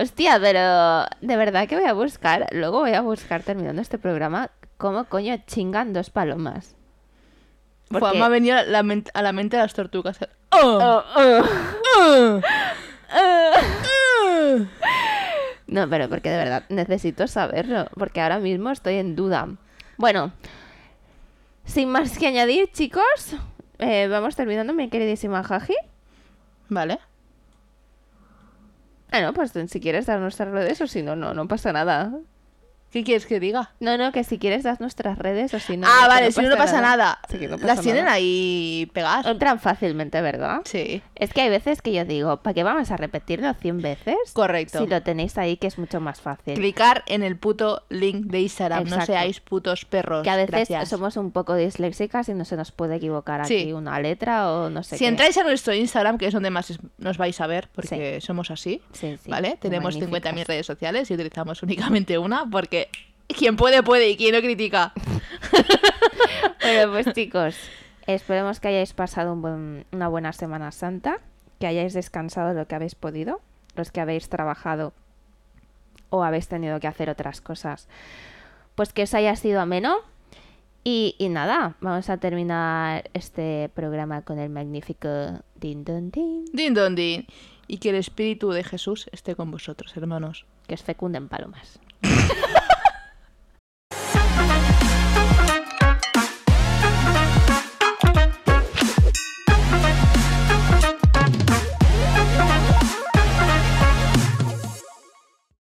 [SPEAKER 1] Hostia, pero de verdad que voy a buscar, luego voy a buscar terminando este programa, cómo coño chingan dos palomas. porque-
[SPEAKER 2] Me ha venido a la, mente, a la mente las tortugas. ¡Oh! ¡Oh! ¡Oh!
[SPEAKER 1] No, pero porque de verdad necesito saberlo, porque ahora mismo estoy en duda. Bueno, sin más que añadir, chicos, eh, vamos terminando, mi queridísima Jaji.
[SPEAKER 2] Vale.
[SPEAKER 1] Ah, no, pues si quieres dar nuestras redes o si no, no, no pasa nada.
[SPEAKER 2] ¿Qué quieres que diga?
[SPEAKER 1] No, no, que si quieres das nuestras redes o si no.
[SPEAKER 2] ah,
[SPEAKER 1] que
[SPEAKER 2] vale, si no, no pasa nada.
[SPEAKER 1] Sí, que no pasa
[SPEAKER 2] las tienen
[SPEAKER 1] nada.
[SPEAKER 2] ahí pegadas.
[SPEAKER 1] Entran fácilmente, ¿verdad?
[SPEAKER 2] Sí,
[SPEAKER 1] Es que hay veces que yo digo, ¿para qué vamos a repetirlo 100 veces?
[SPEAKER 2] correcto.
[SPEAKER 1] Si lo tenéis ahí, que es mucho más fácil.
[SPEAKER 2] Clicar en el puto link de Instagram. No
[SPEAKER 1] Exacto.
[SPEAKER 2] seáis putos perros.
[SPEAKER 1] Que a veces
[SPEAKER 2] Gracias.
[SPEAKER 1] somos un poco disléxicas y no se nos puede equivocar
[SPEAKER 2] Sí.
[SPEAKER 1] aquí una letra o no sé
[SPEAKER 2] Si
[SPEAKER 1] qué.
[SPEAKER 2] entráis a nuestro Instagram, que es donde más es- nos vais a ver, porque somos así,
[SPEAKER 1] Sí, sí,
[SPEAKER 2] ¿vale?
[SPEAKER 1] muy
[SPEAKER 2] Tenemos 50.000
[SPEAKER 1] magníficas.
[SPEAKER 2] redes sociales y utilizamos únicamente una, porque quien puede, puede y quien no critica.
[SPEAKER 1] Bueno, pues chicos, esperemos que hayáis pasado un buen- una buena Semana Santa, que hayáis descansado lo que habéis podido, los que habéis trabajado o habéis tenido que hacer otras cosas. Pues que os haya sido ameno. Y, y nada, vamos a terminar este programa con el magnífico Din Don Din.
[SPEAKER 2] Din don din. Y que el espíritu de Jesús esté con vosotros, hermanos.
[SPEAKER 1] Que os fecunden palomas.